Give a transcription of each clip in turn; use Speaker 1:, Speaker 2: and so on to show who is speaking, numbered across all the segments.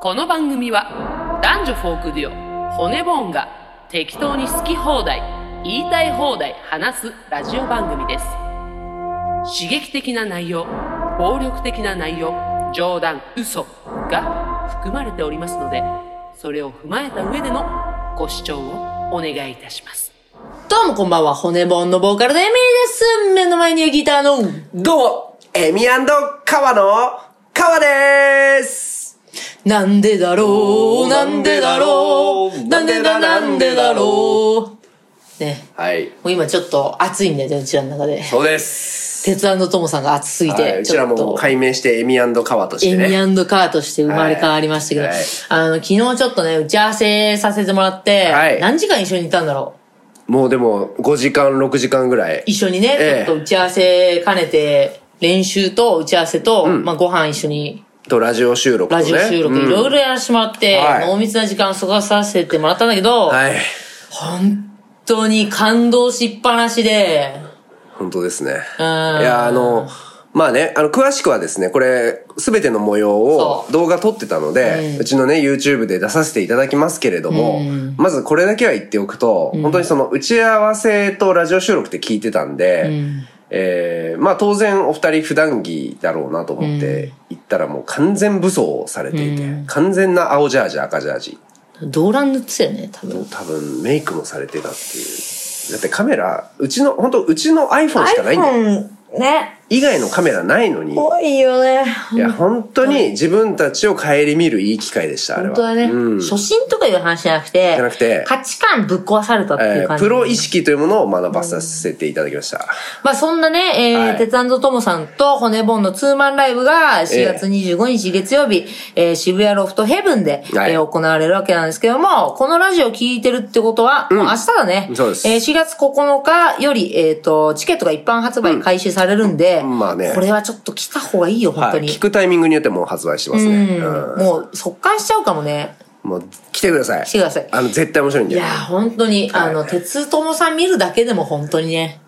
Speaker 1: この番組は男女フォークデュオ骨ボーンが適当に好き放題言いたい放題話すラジオ番組です刺激的な内容暴力的な内容冗談嘘が含まれておりますのでそれを踏まえた上でのご視聴をお願いいたします
Speaker 2: どうもこんばんは、骨盆のボーカルのエミリーです。目の前にはギターの。
Speaker 3: どうも、エミ川の川でーす
Speaker 2: なんでだろう、なんでだろう、なんでだ、なんでだろう。ね。
Speaker 3: はい。
Speaker 2: もう今ちょっと暑いんだよね、うちらの中で。
Speaker 3: そうです。
Speaker 2: 鉄腕のトモさんが暑すぎ
Speaker 3: はい、
Speaker 2: て、
Speaker 3: うちら
Speaker 2: ちょ
Speaker 3: も
Speaker 2: っと。
Speaker 3: 解明してエミ川とし
Speaker 2: エ
Speaker 3: てね。
Speaker 2: ミカーとして生まれ変わりましたけど、
Speaker 3: はいはい
Speaker 2: あの、昨日ちょっとね、打ち合わせさせてもらって、
Speaker 3: はい
Speaker 2: 何時間一緒にいたんだろう
Speaker 3: もうでも、5時間、6時間ぐらい。
Speaker 2: 一緒にね、
Speaker 3: ええ
Speaker 2: ちょっと打ち合わせ兼ねて、練習と打ち合わせと、まあご飯一緒に
Speaker 3: と、ラジオ収録と
Speaker 2: ラ
Speaker 3: ね。
Speaker 2: ジオ収録
Speaker 3: うん
Speaker 2: いろいろやらせてもらって、
Speaker 3: はい
Speaker 2: 濃密な時間を過ごさせてもらったんだけど、
Speaker 3: はい。
Speaker 2: 本当に感動しっぱなしで、
Speaker 3: 本当ですね。い
Speaker 2: ん
Speaker 3: や、あの、まあね、あの、詳しくはですね、これ、すべての模様を
Speaker 2: そう
Speaker 3: 動画撮ってたので、うちのね、YouTube で出させていただきますけれども、まずこれだけは言っておくと、本当にその、打ち合わせとラジオ収録って聞いてたんで、えーまあ当然お二人普段着だろうなと思って行ったらもう完全武装されていて、完全な青ジャージ、赤ジャージ。
Speaker 2: 動乱塗ってたよね、多分。
Speaker 3: 多分メイクもされてたっていう。だってカメラ、うちの、本当うちの iPhone しかないんだよ。
Speaker 2: ね、
Speaker 3: 以外のカメラないのに。
Speaker 2: 多いよね。
Speaker 3: いや、本当に自分たちを顧みるいい機会でした、あれ
Speaker 2: 本
Speaker 3: は。
Speaker 2: 当だね、
Speaker 3: うん
Speaker 2: 初心とかいう話じゃなくて、
Speaker 3: ゃなくて
Speaker 2: 価値観ぶっ壊されたってい
Speaker 3: え
Speaker 2: う感
Speaker 3: ー
Speaker 2: じ、
Speaker 3: プロ意識というものを学ばさせていただきました。
Speaker 2: まあそんなね、えー
Speaker 3: はい
Speaker 2: 鉄腕とともさんと骨盆のツーマンライブが4月25日月曜日、えー渋谷ロフトヘブンで、
Speaker 3: はい
Speaker 2: えー行われるわけなんですけども、このラジオ聞いてるってことは、もう明日だね。
Speaker 3: そうです
Speaker 2: えー4月9日より、えっ、と、チケットが一般発売開始されるんで、
Speaker 3: んまあね
Speaker 2: これはちょっと来た方がいいよ、本
Speaker 3: は
Speaker 2: 当
Speaker 3: い。
Speaker 2: に。
Speaker 3: 聞くタイミングによってもう発売してますね。
Speaker 2: うんもう速乾しちゃうかもね。
Speaker 3: うんもう来てください。
Speaker 2: 来てください
Speaker 3: あの、絶対面白いん
Speaker 2: い
Speaker 3: で
Speaker 2: や。ー、本当に、あの、鉄友さん見るだけでも本当にね、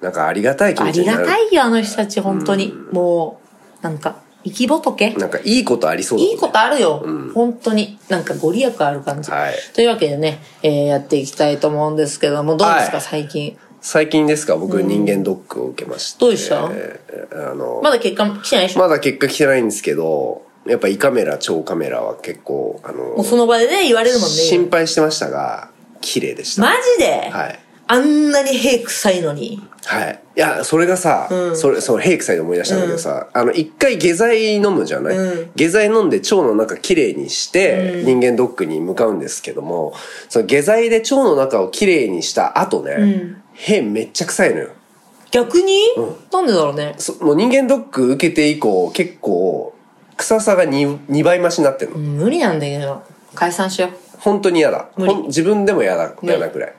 Speaker 3: なんかありがたい気
Speaker 2: あ
Speaker 3: 持
Speaker 2: り
Speaker 3: ちに
Speaker 2: が
Speaker 3: なる。
Speaker 2: たいよ、あの人たち、本当に。もう、なんか、生き仏
Speaker 3: なんかいいことありそうだもん
Speaker 2: いいことあるよ。本当に。なんかご利益ある感じ。
Speaker 3: はい
Speaker 2: というわけでね、えーやっていきたいと思うんですけども、どうですか、
Speaker 3: はい
Speaker 2: 最近。
Speaker 3: 最近ですか僕人間ドックを受けまして。
Speaker 2: どうでした
Speaker 3: えーあの、
Speaker 2: まだ結果来てないでしょ、
Speaker 3: まだ結果来てないんですけど、やっぱ胃カメラ、腸カメラは結構、あの
Speaker 2: もう、その場でね、言われるもんね。
Speaker 3: 心配してましたが、綺麗でした。
Speaker 2: マジで、
Speaker 3: はい。
Speaker 2: あんなに屁臭いのに。
Speaker 3: はい。いや、それがさ、それ、その、ヘイクサイで思い出したんだけどさ、あの、一回下剤飲むじゃない、下剤飲んで腸の中きれいにして、人間ドックに向かうんですけども、その下剤で腸の中をきれいにした後ね、ヘイめっちゃ臭いのよ。
Speaker 2: 逆に、なんでだろうね。
Speaker 3: そもう人間ドック受けて以降、結構、臭さが 2, 2倍増しになってるの。
Speaker 2: 無理なんだけど。解散しよう。
Speaker 3: 本当に嫌だ。
Speaker 2: 無理
Speaker 3: ほん自分でも嫌だ、
Speaker 2: 無理
Speaker 3: 嫌なくらい。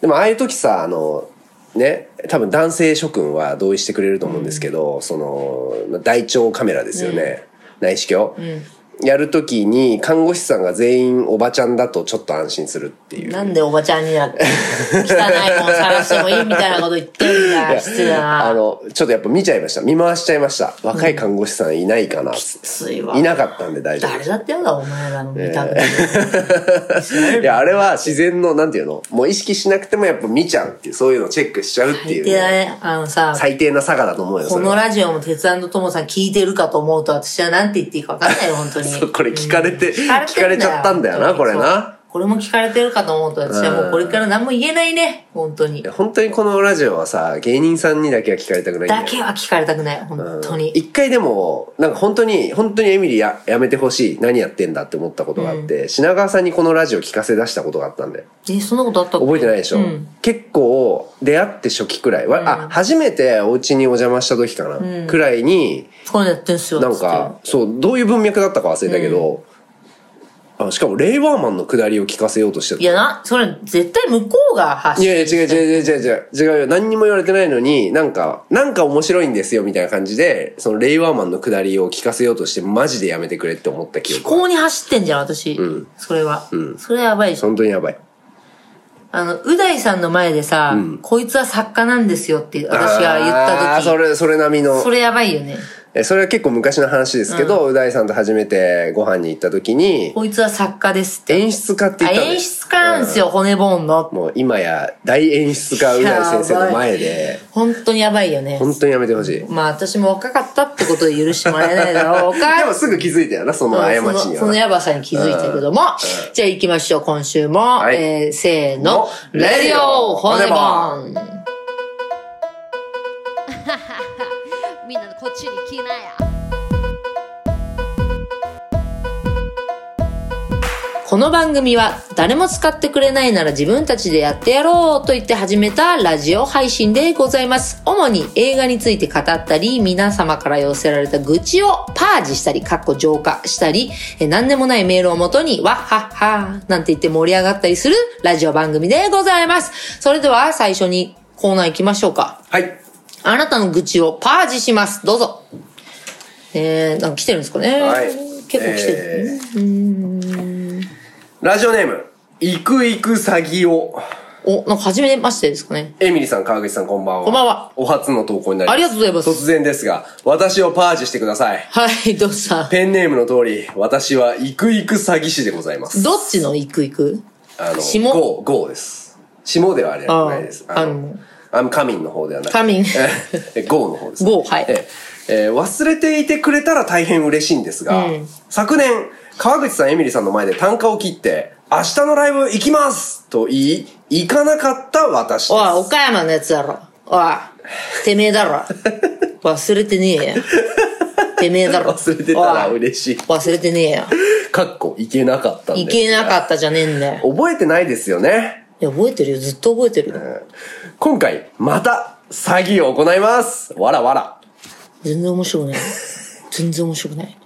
Speaker 3: でもああいう時さ、あの、ね、多分男性諸君は同意してくれると思うんですけど、その、大腸カメラですよね。内視鏡。やるときに看護師さんが全員おばちゃんだとちょっと安心するっていう。
Speaker 2: なんでおばちゃんになって、汚いもん探してもいいみたいなこと言ってるんだ。失礼だ
Speaker 3: あ
Speaker 2: な。
Speaker 3: の、ちょっとやっぱ見ちゃいました。見回しちゃいました。若い看護師さんいないかな。
Speaker 2: ついわ。
Speaker 3: いなかったんで大丈夫
Speaker 2: 誰だってやだ、お前らの見 た目。
Speaker 3: いや、あれは自然の、なんていうのもう意識しなくてもやっぱ見ちゃうっていう、そういうのをチェックしちゃうってい
Speaker 2: 最
Speaker 3: う、
Speaker 2: 低だね。あのさ、
Speaker 3: 最低な差がだと思うよ、
Speaker 2: こ
Speaker 3: それは
Speaker 2: のラジオも鉄腕のともさん聞いてるかと思うと私はなんて言っていいかわかんないよ、本当に。
Speaker 3: そうこれ聞かれて、
Speaker 2: 聞
Speaker 3: 聞かれちゃったんだよな、これ。
Speaker 2: そう
Speaker 3: な。
Speaker 2: これも聞かれてるかと思うと私はもうこれから何も言えないね、本当に
Speaker 3: いや。本当にこのラジオはさ、芸人さんにだけは聞かれたくないんだよ
Speaker 2: だ。けは聞かれたくない、本当に。
Speaker 3: 一回でも、なんか本当に、本当にエミリーややめてほしい。何やってんだって思ったことがあって、品川さんにこのラジオ聞かせ出したことがあったんだよ。
Speaker 2: え、そんなことあったっけ
Speaker 3: 覚えてないでしょ、
Speaker 2: うん
Speaker 3: 結構出会って初期くらい、わあ初めてお家にお邪魔した時かな、くらいに
Speaker 2: こういうのやってんすよ、
Speaker 3: なん
Speaker 2: つっ
Speaker 3: かそうどういう文脈だったか忘れたけど、あしかもレイバーマンの下りを聞かせようとして
Speaker 2: て。
Speaker 3: た
Speaker 2: いやな、それ絶対向こうが発
Speaker 3: い
Speaker 2: 信
Speaker 3: やいや、違う
Speaker 2: う。
Speaker 3: 違う違う違う違う。違うよ。何にも言われてないのに、なんか、なんか面白いんですよ、みたいな感じで、その、レイワーマンの下りを聞かせようとして、マジでやめてくれって思った記
Speaker 2: 気
Speaker 3: 憶。
Speaker 2: 候に走ってんじゃん、私。それは。それやばいでしょ
Speaker 3: 本当にやばい。
Speaker 2: あの、う大さんの前でさ、こいつは作家なんですよって私が言
Speaker 3: あ
Speaker 2: った
Speaker 3: ーそ
Speaker 2: 時、
Speaker 3: れ、それ並みの。
Speaker 2: それやばいよね。
Speaker 3: えーそれは結構昔の話ですけど、う大さんと初めてご飯に行った時に、
Speaker 2: こいつは作家ですって。
Speaker 3: 演出家って言
Speaker 2: あ
Speaker 3: ったんです
Speaker 2: 演出家なんですよ、骨ボンの。
Speaker 3: もう今や大演出家う大先生の前で、
Speaker 2: 本当にやばいよね。
Speaker 3: 本当にやめてほしい。で
Speaker 2: まあ私も若かったってことで許してもらえないだろ うか。
Speaker 3: もすぐ気づいたよな、その過ち
Speaker 2: うんそ
Speaker 3: に
Speaker 2: の
Speaker 3: は。
Speaker 2: そのやばさに気づいたけども。じゃあ行きましょう、今週も。
Speaker 3: はい
Speaker 2: えーせーの。レ
Speaker 3: レ
Speaker 2: デ
Speaker 3: デ
Speaker 2: ィ
Speaker 3: ィ
Speaker 2: オ
Speaker 3: オ
Speaker 2: 骨
Speaker 3: 骨
Speaker 2: ボ
Speaker 3: ボ
Speaker 2: ン
Speaker 3: ン
Speaker 4: みんなこっちに来なや。
Speaker 2: この番組は誰も使ってくれないなら自分たちでやってやろうと言って始めたラジオ配信でございます。主に映画について語ったり、皆様から寄せられた愚痴をパージしたり、かっこ浄化したり、え何でもないメールをもとに、わっはっはーなんて言って盛り上がったりするラジオ番組でございます。それでは最初にコーナー行きましょうか。
Speaker 3: はい。
Speaker 2: あなたの愚痴をパージします。どうぞ。えー、なんか来てるんですかね、
Speaker 3: はい。
Speaker 2: 結構来てる。
Speaker 3: えーラジオネーム、いくいく詐欺を。
Speaker 2: お、なんか初めましてですかね。
Speaker 3: エミリさん、川口さん、こんばんは。
Speaker 2: こんばんは。
Speaker 3: お初の投稿になります。
Speaker 2: ありがとうございます
Speaker 3: 突然ですが、私をパージしてください。
Speaker 2: はい、どうした
Speaker 3: ペンネームの通り、私はイクイク詐欺師でございます。
Speaker 2: どっちの行く行く
Speaker 3: あの、
Speaker 2: 下
Speaker 3: ゴー、ゴーです。下ではあれ
Speaker 2: ああ
Speaker 3: ないです。あの、あの、カミンの方ではない。
Speaker 2: カミン
Speaker 3: えゴーの方です。
Speaker 2: ゴーはい
Speaker 3: えええー忘れていてくれたら大変嬉しいんですが、
Speaker 2: うん
Speaker 3: 昨年、川口さん、エミリさんの前で単価を切って、明日のライブ行きますと言い、行かなかった私です。
Speaker 2: おい、岡山のやつだろ。おい、てめえだ ろ。忘れてねえよ。てめえだろ。
Speaker 3: 忘れてたら
Speaker 2: おい
Speaker 3: 嬉しい
Speaker 2: 忘れてねえよ。
Speaker 3: かっこ、行けなかったんで。
Speaker 2: 行けなかったじゃねえんだよ。
Speaker 3: 覚えてないですよね。
Speaker 2: いや、覚えてるよ。ずっと覚えてるよ。
Speaker 3: 今回、また、詐欺を行います。わらわら。
Speaker 2: 全然面 白くない。全然面白くない。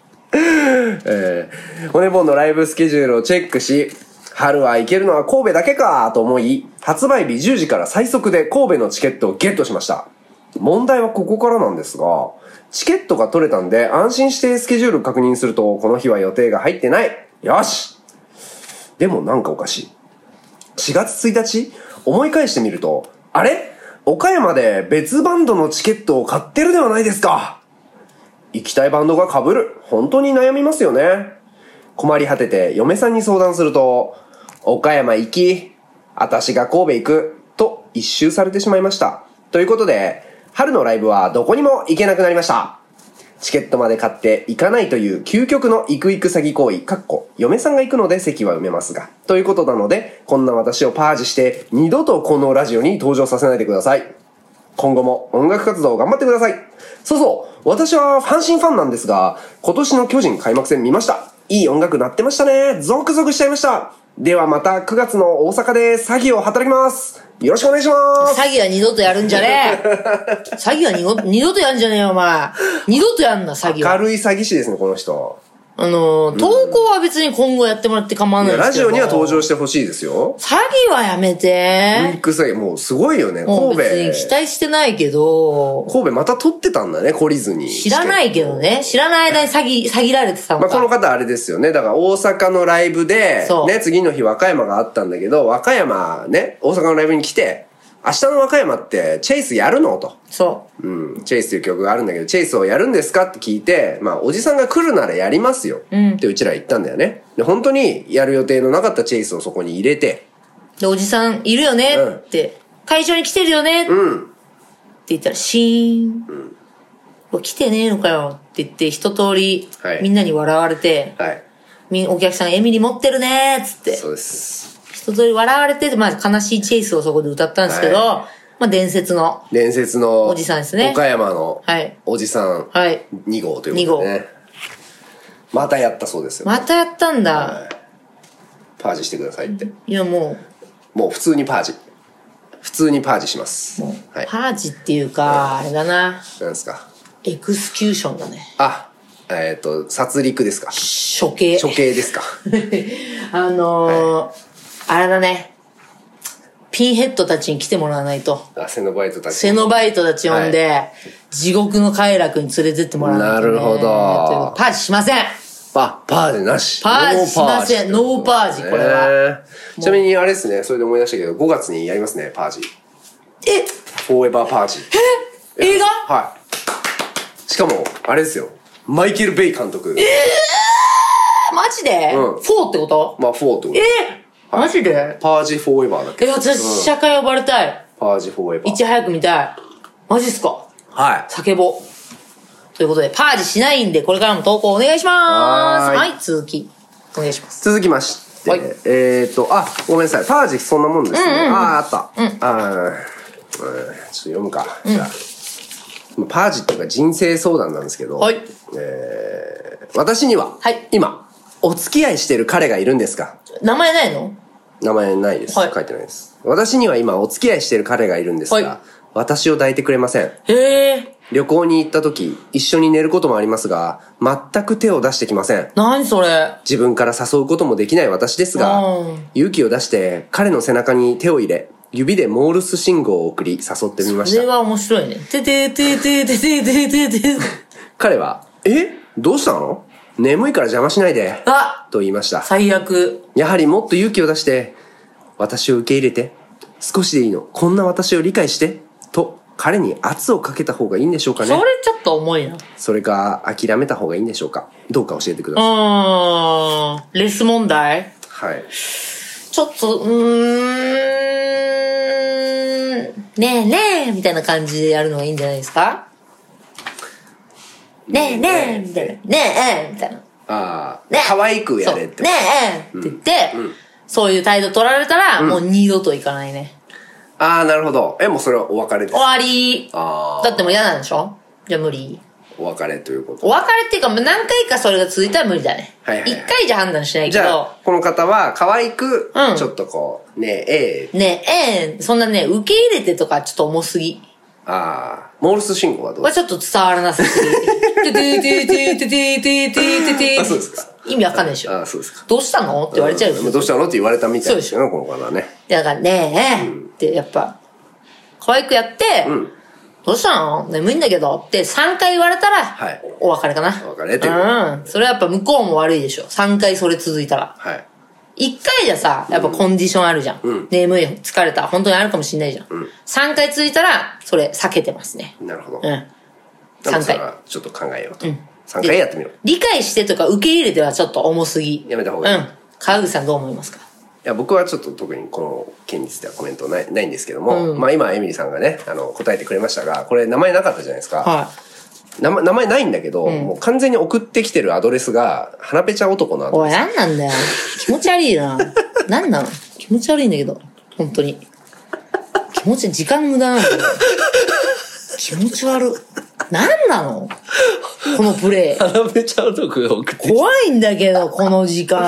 Speaker 3: えー、骨盆のライブスケジュールをチェックし、春は行けるのは神戸だけかと思い、発売日10時から最速で神戸のチケットをゲットしました。問題はここからなんですが、チケットが取れたんで安心してスケジュール確認すると、この日は予定が入ってない。よしでもなんかおかしい。4月1日思い返してみると、あれ岡山で別バンドのチケットを買ってるではないですか行きたいバンドが被る。本当に悩みますよね。困り果てて嫁さんに相談すると、岡山行き、私が神戸行く、と一周されてしまいました。ということで、春のライブはどこにも行けなくなりました。チケットまで買って行かないという究極の行く行く詐欺行為、かっこ、嫁さんが行くので席は埋めますが。ということなので、こんな私をパージして、二度とこのラジオに登場させないでください。今後も音楽活動を頑張ってください。そうそう、私は阪神ファンなんですが、今年の巨人開幕戦見ました。いい音楽鳴ってましたね。ゾクゾクしちゃいました。ではまた9月の大阪で詐欺を働きます。よろしくお願いします。
Speaker 2: 詐欺は二度とやるんじゃね え詐欺は二度二度とやんじゃねえよ、お前。二度とやんな、詐欺は。
Speaker 3: 明るい詐欺師ですね、この人。
Speaker 2: あのー、投稿は別に今後やってもらって構わないです
Speaker 3: ラ
Speaker 2: け
Speaker 3: ジ
Speaker 2: ど。
Speaker 3: オには登場してほしいですよ。
Speaker 2: 詐欺はやめ
Speaker 3: ビッ
Speaker 2: て。
Speaker 3: グ詐欺、もうすごいよね。
Speaker 2: もう
Speaker 3: 神戸。
Speaker 2: 別に期待してないけど、
Speaker 3: 神戸また撮ってたんだね、懲りずに。
Speaker 2: 知らないけどね。知らない間に詐欺、詐欺られてた
Speaker 3: ま
Speaker 2: の
Speaker 3: あ、この
Speaker 2: か。
Speaker 3: 方あれですよね。だから大阪のライブで
Speaker 2: そう、
Speaker 3: ね、次の日和歌山があったんだけど、和歌山ね、大阪のライブに来て、明日の和歌山ってチェイスやるのと。
Speaker 2: そ
Speaker 3: うん、チェイスという曲があるんだけど、チェイスをやるんですかって聞いて、まあ、おじさんが来るならやりますよ。ってうちら言ったんだよね。で、本当にやる予定のなかったチェイスをそこに入れて、
Speaker 2: う。で、おじさんいるよね
Speaker 3: うん
Speaker 2: って。会場に来てるよねって
Speaker 3: うん、
Speaker 2: 言ったら、シーン。うわ来てねえのかよって言って、一通り
Speaker 3: はい
Speaker 2: みんなに笑われて、
Speaker 3: はい。
Speaker 2: みお客さんがエミリ持ってるねーっつって
Speaker 3: そ、うです。
Speaker 2: 一通り笑われて、まあ悲しいチェイスをそこで歌ったんですけど、
Speaker 3: は
Speaker 2: まあ伝説の、
Speaker 3: 伝説の、
Speaker 2: おじさんですね
Speaker 3: 岡山の
Speaker 2: はい、
Speaker 3: おじさん
Speaker 2: はい。
Speaker 3: 2号ということでね。またやったそうですよ。
Speaker 2: またやったんだ。
Speaker 3: パージしてくださいって。
Speaker 2: いやも
Speaker 3: もう普通にパージ。普通にパージします。
Speaker 2: う、
Speaker 3: はい。
Speaker 2: パージっていうか、あれだな、
Speaker 3: なんですか。
Speaker 2: エクスキューションだね。
Speaker 3: あ、えっ、と、殺戮ですか。
Speaker 2: 処刑。
Speaker 3: 処刑 ですか。
Speaker 2: あのーあれだね。ピンヘッドたちに来てもらわないと。
Speaker 3: あセノバイトたち。
Speaker 2: セノバイトたち呼んで、地獄の快楽に連れてってもらわないと、ね。
Speaker 3: なるほ
Speaker 2: とい
Speaker 3: ど
Speaker 2: うことでパージしません
Speaker 3: あ、パージなし。
Speaker 2: パージしません
Speaker 3: ノーパージ
Speaker 2: ノーパージこれは
Speaker 3: ねちなみにあれですね、それで思い出したけど、5月にやりますね、パージ。
Speaker 2: え
Speaker 3: フォーエバーパージ。
Speaker 2: 映画
Speaker 3: はしかも、あれですよ。マイケル・ベイ監督。
Speaker 2: マジで、
Speaker 3: うん
Speaker 2: フォーってこと
Speaker 3: まあ、フォーってこと
Speaker 2: え
Speaker 3: はい
Speaker 2: マジで
Speaker 3: パージ・フォーエバーだっけ
Speaker 2: え、私、社会呼ばれたい。
Speaker 3: パージ・フォーエバ
Speaker 2: い
Speaker 3: ー。
Speaker 2: ち早く見たい。マジっすか
Speaker 3: はい。
Speaker 2: 叫ぼう。ということで、パージしないんで、これからも投稿お願いします。
Speaker 3: はーい
Speaker 2: はい、続き、お願いします。
Speaker 3: 続きまして、
Speaker 2: はい
Speaker 3: えっ、ー、と、あ、ごめんなさい。パージそんなもんですね。ああー、あった。あーうんちょっと読むか。じゃあまあパージっていうか人生相談なんですけど、
Speaker 2: はい
Speaker 3: えー私には、
Speaker 2: はい
Speaker 3: 今、お付き合いしてる彼がいるんですか
Speaker 2: 名前ないの
Speaker 3: 名前ないです、
Speaker 2: はい
Speaker 3: 書いてないです。私には今お付き合いしてる彼がいるんですが、
Speaker 2: はい
Speaker 3: 私を抱いてくれません。
Speaker 2: へえ、
Speaker 3: 旅行に行った時、一緒に寝ることもありますが、全く手を出してきません。
Speaker 2: なにそれ。
Speaker 3: 自分から誘うこともできない私ですが
Speaker 2: うん、
Speaker 3: 勇気を出して彼の背中に手を入れ、指でモールス信号を送り誘ってみま
Speaker 2: こ
Speaker 3: し
Speaker 2: れ
Speaker 3: た。
Speaker 2: は面白いね。てててててててててて。
Speaker 3: 彼は、えどうしたの眠いから邪魔しないで、
Speaker 2: あ
Speaker 3: と言いました。
Speaker 2: 最悪。
Speaker 3: やはりもっと勇気を出して、私を受け入れて、少しでいいの、こんな私を理解して、と彼に圧をかけた方がいいんでしょうか
Speaker 2: それ
Speaker 3: ね。
Speaker 2: ちょっと重いな。う
Speaker 3: それか諦めた方がいいんでしょうか。どうか教えてください。
Speaker 2: ーん。レス問題
Speaker 3: はい。
Speaker 2: ちょっと、うーん。ねえねえみたいな感じでやるのがいいんじゃないですかねえねえみたいな。ねえええみたいな。
Speaker 3: ああ、
Speaker 2: ね
Speaker 3: 可愛くやれって。
Speaker 2: そうねえええって言って、そういう態度取られたら、もう二度と行かないね。
Speaker 3: ああ、なるほど。え、もうそれはお別れです
Speaker 2: 終。わり
Speaker 3: あ
Speaker 2: だってもう嫌なんでしょじゃあ無理。
Speaker 3: お別れということ。
Speaker 2: お別れっていうか、まあ何回かそれが続いたら無理だね。
Speaker 3: はいはいは
Speaker 2: 一
Speaker 3: い
Speaker 2: 回じゃ判断しない
Speaker 3: じ
Speaker 2: け
Speaker 3: ゃ
Speaker 2: ど
Speaker 3: あ、、この方は可愛く、
Speaker 2: うん
Speaker 3: ちょっとこう、ねえ、ええ
Speaker 2: ねえ、ええそんなね、受け入れてとかちょっと重すぎ。
Speaker 3: ああ、モールス信号はどう
Speaker 2: これちょっと伝わらなさすぎ。 てててててててててて
Speaker 3: あそうですか
Speaker 2: 意味わかんないでし
Speaker 3: あ
Speaker 2: ょ。
Speaker 3: あ、そうですか。
Speaker 2: どうしたのって言われちゃうよ。
Speaker 3: んどうしたのって言われたみたいですよね、この方はね。
Speaker 2: だからねえ、ってやっぱ、可愛くやって、
Speaker 3: ん
Speaker 2: どうしたの眠いんだけどって3回言われたら、
Speaker 3: はい
Speaker 2: お別れかな。
Speaker 3: お別れという
Speaker 2: うん。それはやっぱ向こうも悪いでしょ。3回それ続いたら。
Speaker 3: はい。
Speaker 2: 一回じゃさ、やっぱコンディションあるじゃん。
Speaker 3: うん
Speaker 2: 眠い、疲れた、本当にあるかもしんないじゃん。三回続いたら、それ避けてますね。
Speaker 3: なるほど。
Speaker 2: う
Speaker 3: でも
Speaker 2: ん。三
Speaker 3: それ
Speaker 2: 回。
Speaker 3: はちょっと考えようと。三3回やってみろ。い
Speaker 2: 理解してとか受け入れてはちょっと重すぎ。
Speaker 3: やめた方がいい
Speaker 2: うん。川口さんどう思いますか
Speaker 3: や、僕はちょっと特にこの件についてはコメントないないんですけども、まあ今、エミリーさんがね、あの、答えてくれましたが、これ名前なかったじゃないですか。
Speaker 2: は
Speaker 3: 名前名前ないんだけど、もう完全に送ってきてるアドレスが、花ぺちゃ男のアドレ
Speaker 2: お
Speaker 3: ス
Speaker 2: い、なんなんだよ。気持ち悪い な。なんなの気持ち悪いんだけど。本当に。気持ち、時間無駄なの。気持ち悪。なんなのこのプレイ。
Speaker 3: 花べちゃうとく送ってきて
Speaker 2: 怖いんだけど、この時間。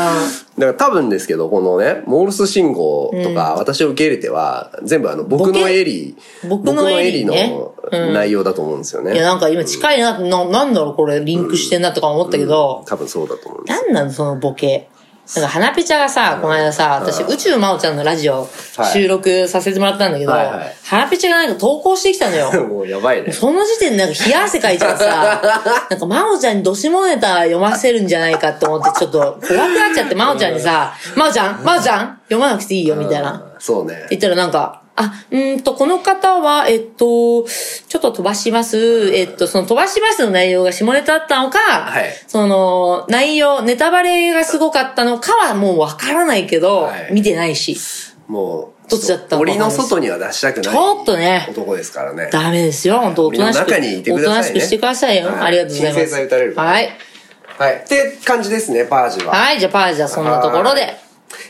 Speaker 3: だから多分ですけど、このね、モールス信号とか、私を受け入れては、全部あの、僕
Speaker 2: ボ
Speaker 3: の
Speaker 2: ケ
Speaker 3: エリー、
Speaker 2: 僕のエリー
Speaker 3: 僕
Speaker 2: ね
Speaker 3: の内容だと思うんですよね。
Speaker 2: いや、なんか今近いな、な、なんだろうこれ、リンクしてんなとか思ったけど、
Speaker 3: 多分そうだと思う んです。
Speaker 2: なんなのそのボケ。なんか、花ぺちゃがさ、この間さ、私、宇宙真央ちゃんのラジオ
Speaker 3: はい
Speaker 2: 収録させてもらったんだけど、
Speaker 3: はいはい
Speaker 2: 花ぺちゃがなんか投稿してきたのよ。
Speaker 3: もうやばいね。
Speaker 2: その時点でなんか冷や汗かいちゃって さ、なんか真央ちゃんにどしもネタ読ませるんじゃないかって思ってちょっと怖くなっちゃって真央ちゃんにさ、真央ちゃん真央ちゃん読まなくていいよみたいな。
Speaker 3: そうね
Speaker 2: って。言ったらなんか、あ、うーんと、この方は、えっと、ちょっと飛ばします。えっと、その飛ばしますの内容が下ネタだったのか、
Speaker 3: い
Speaker 2: その、内容、ネタバレがすごかったのかはもうわからないけど、
Speaker 3: はい
Speaker 2: 見てないし、
Speaker 3: もう、
Speaker 2: どっちだったの
Speaker 3: 檻の外には出したくない。
Speaker 2: ちょっとね
Speaker 3: 男ですからね。
Speaker 2: ダメですよ、本当おとなしく。
Speaker 3: 身の中にいてくださいね
Speaker 2: おとなしくしてくださいよ。
Speaker 3: はい
Speaker 2: ありがとうございます。
Speaker 3: 鎮静剤打たれるから
Speaker 2: はい。
Speaker 3: はい。って感じですね、パージは。
Speaker 2: はい、じゃあパージはそんなところで、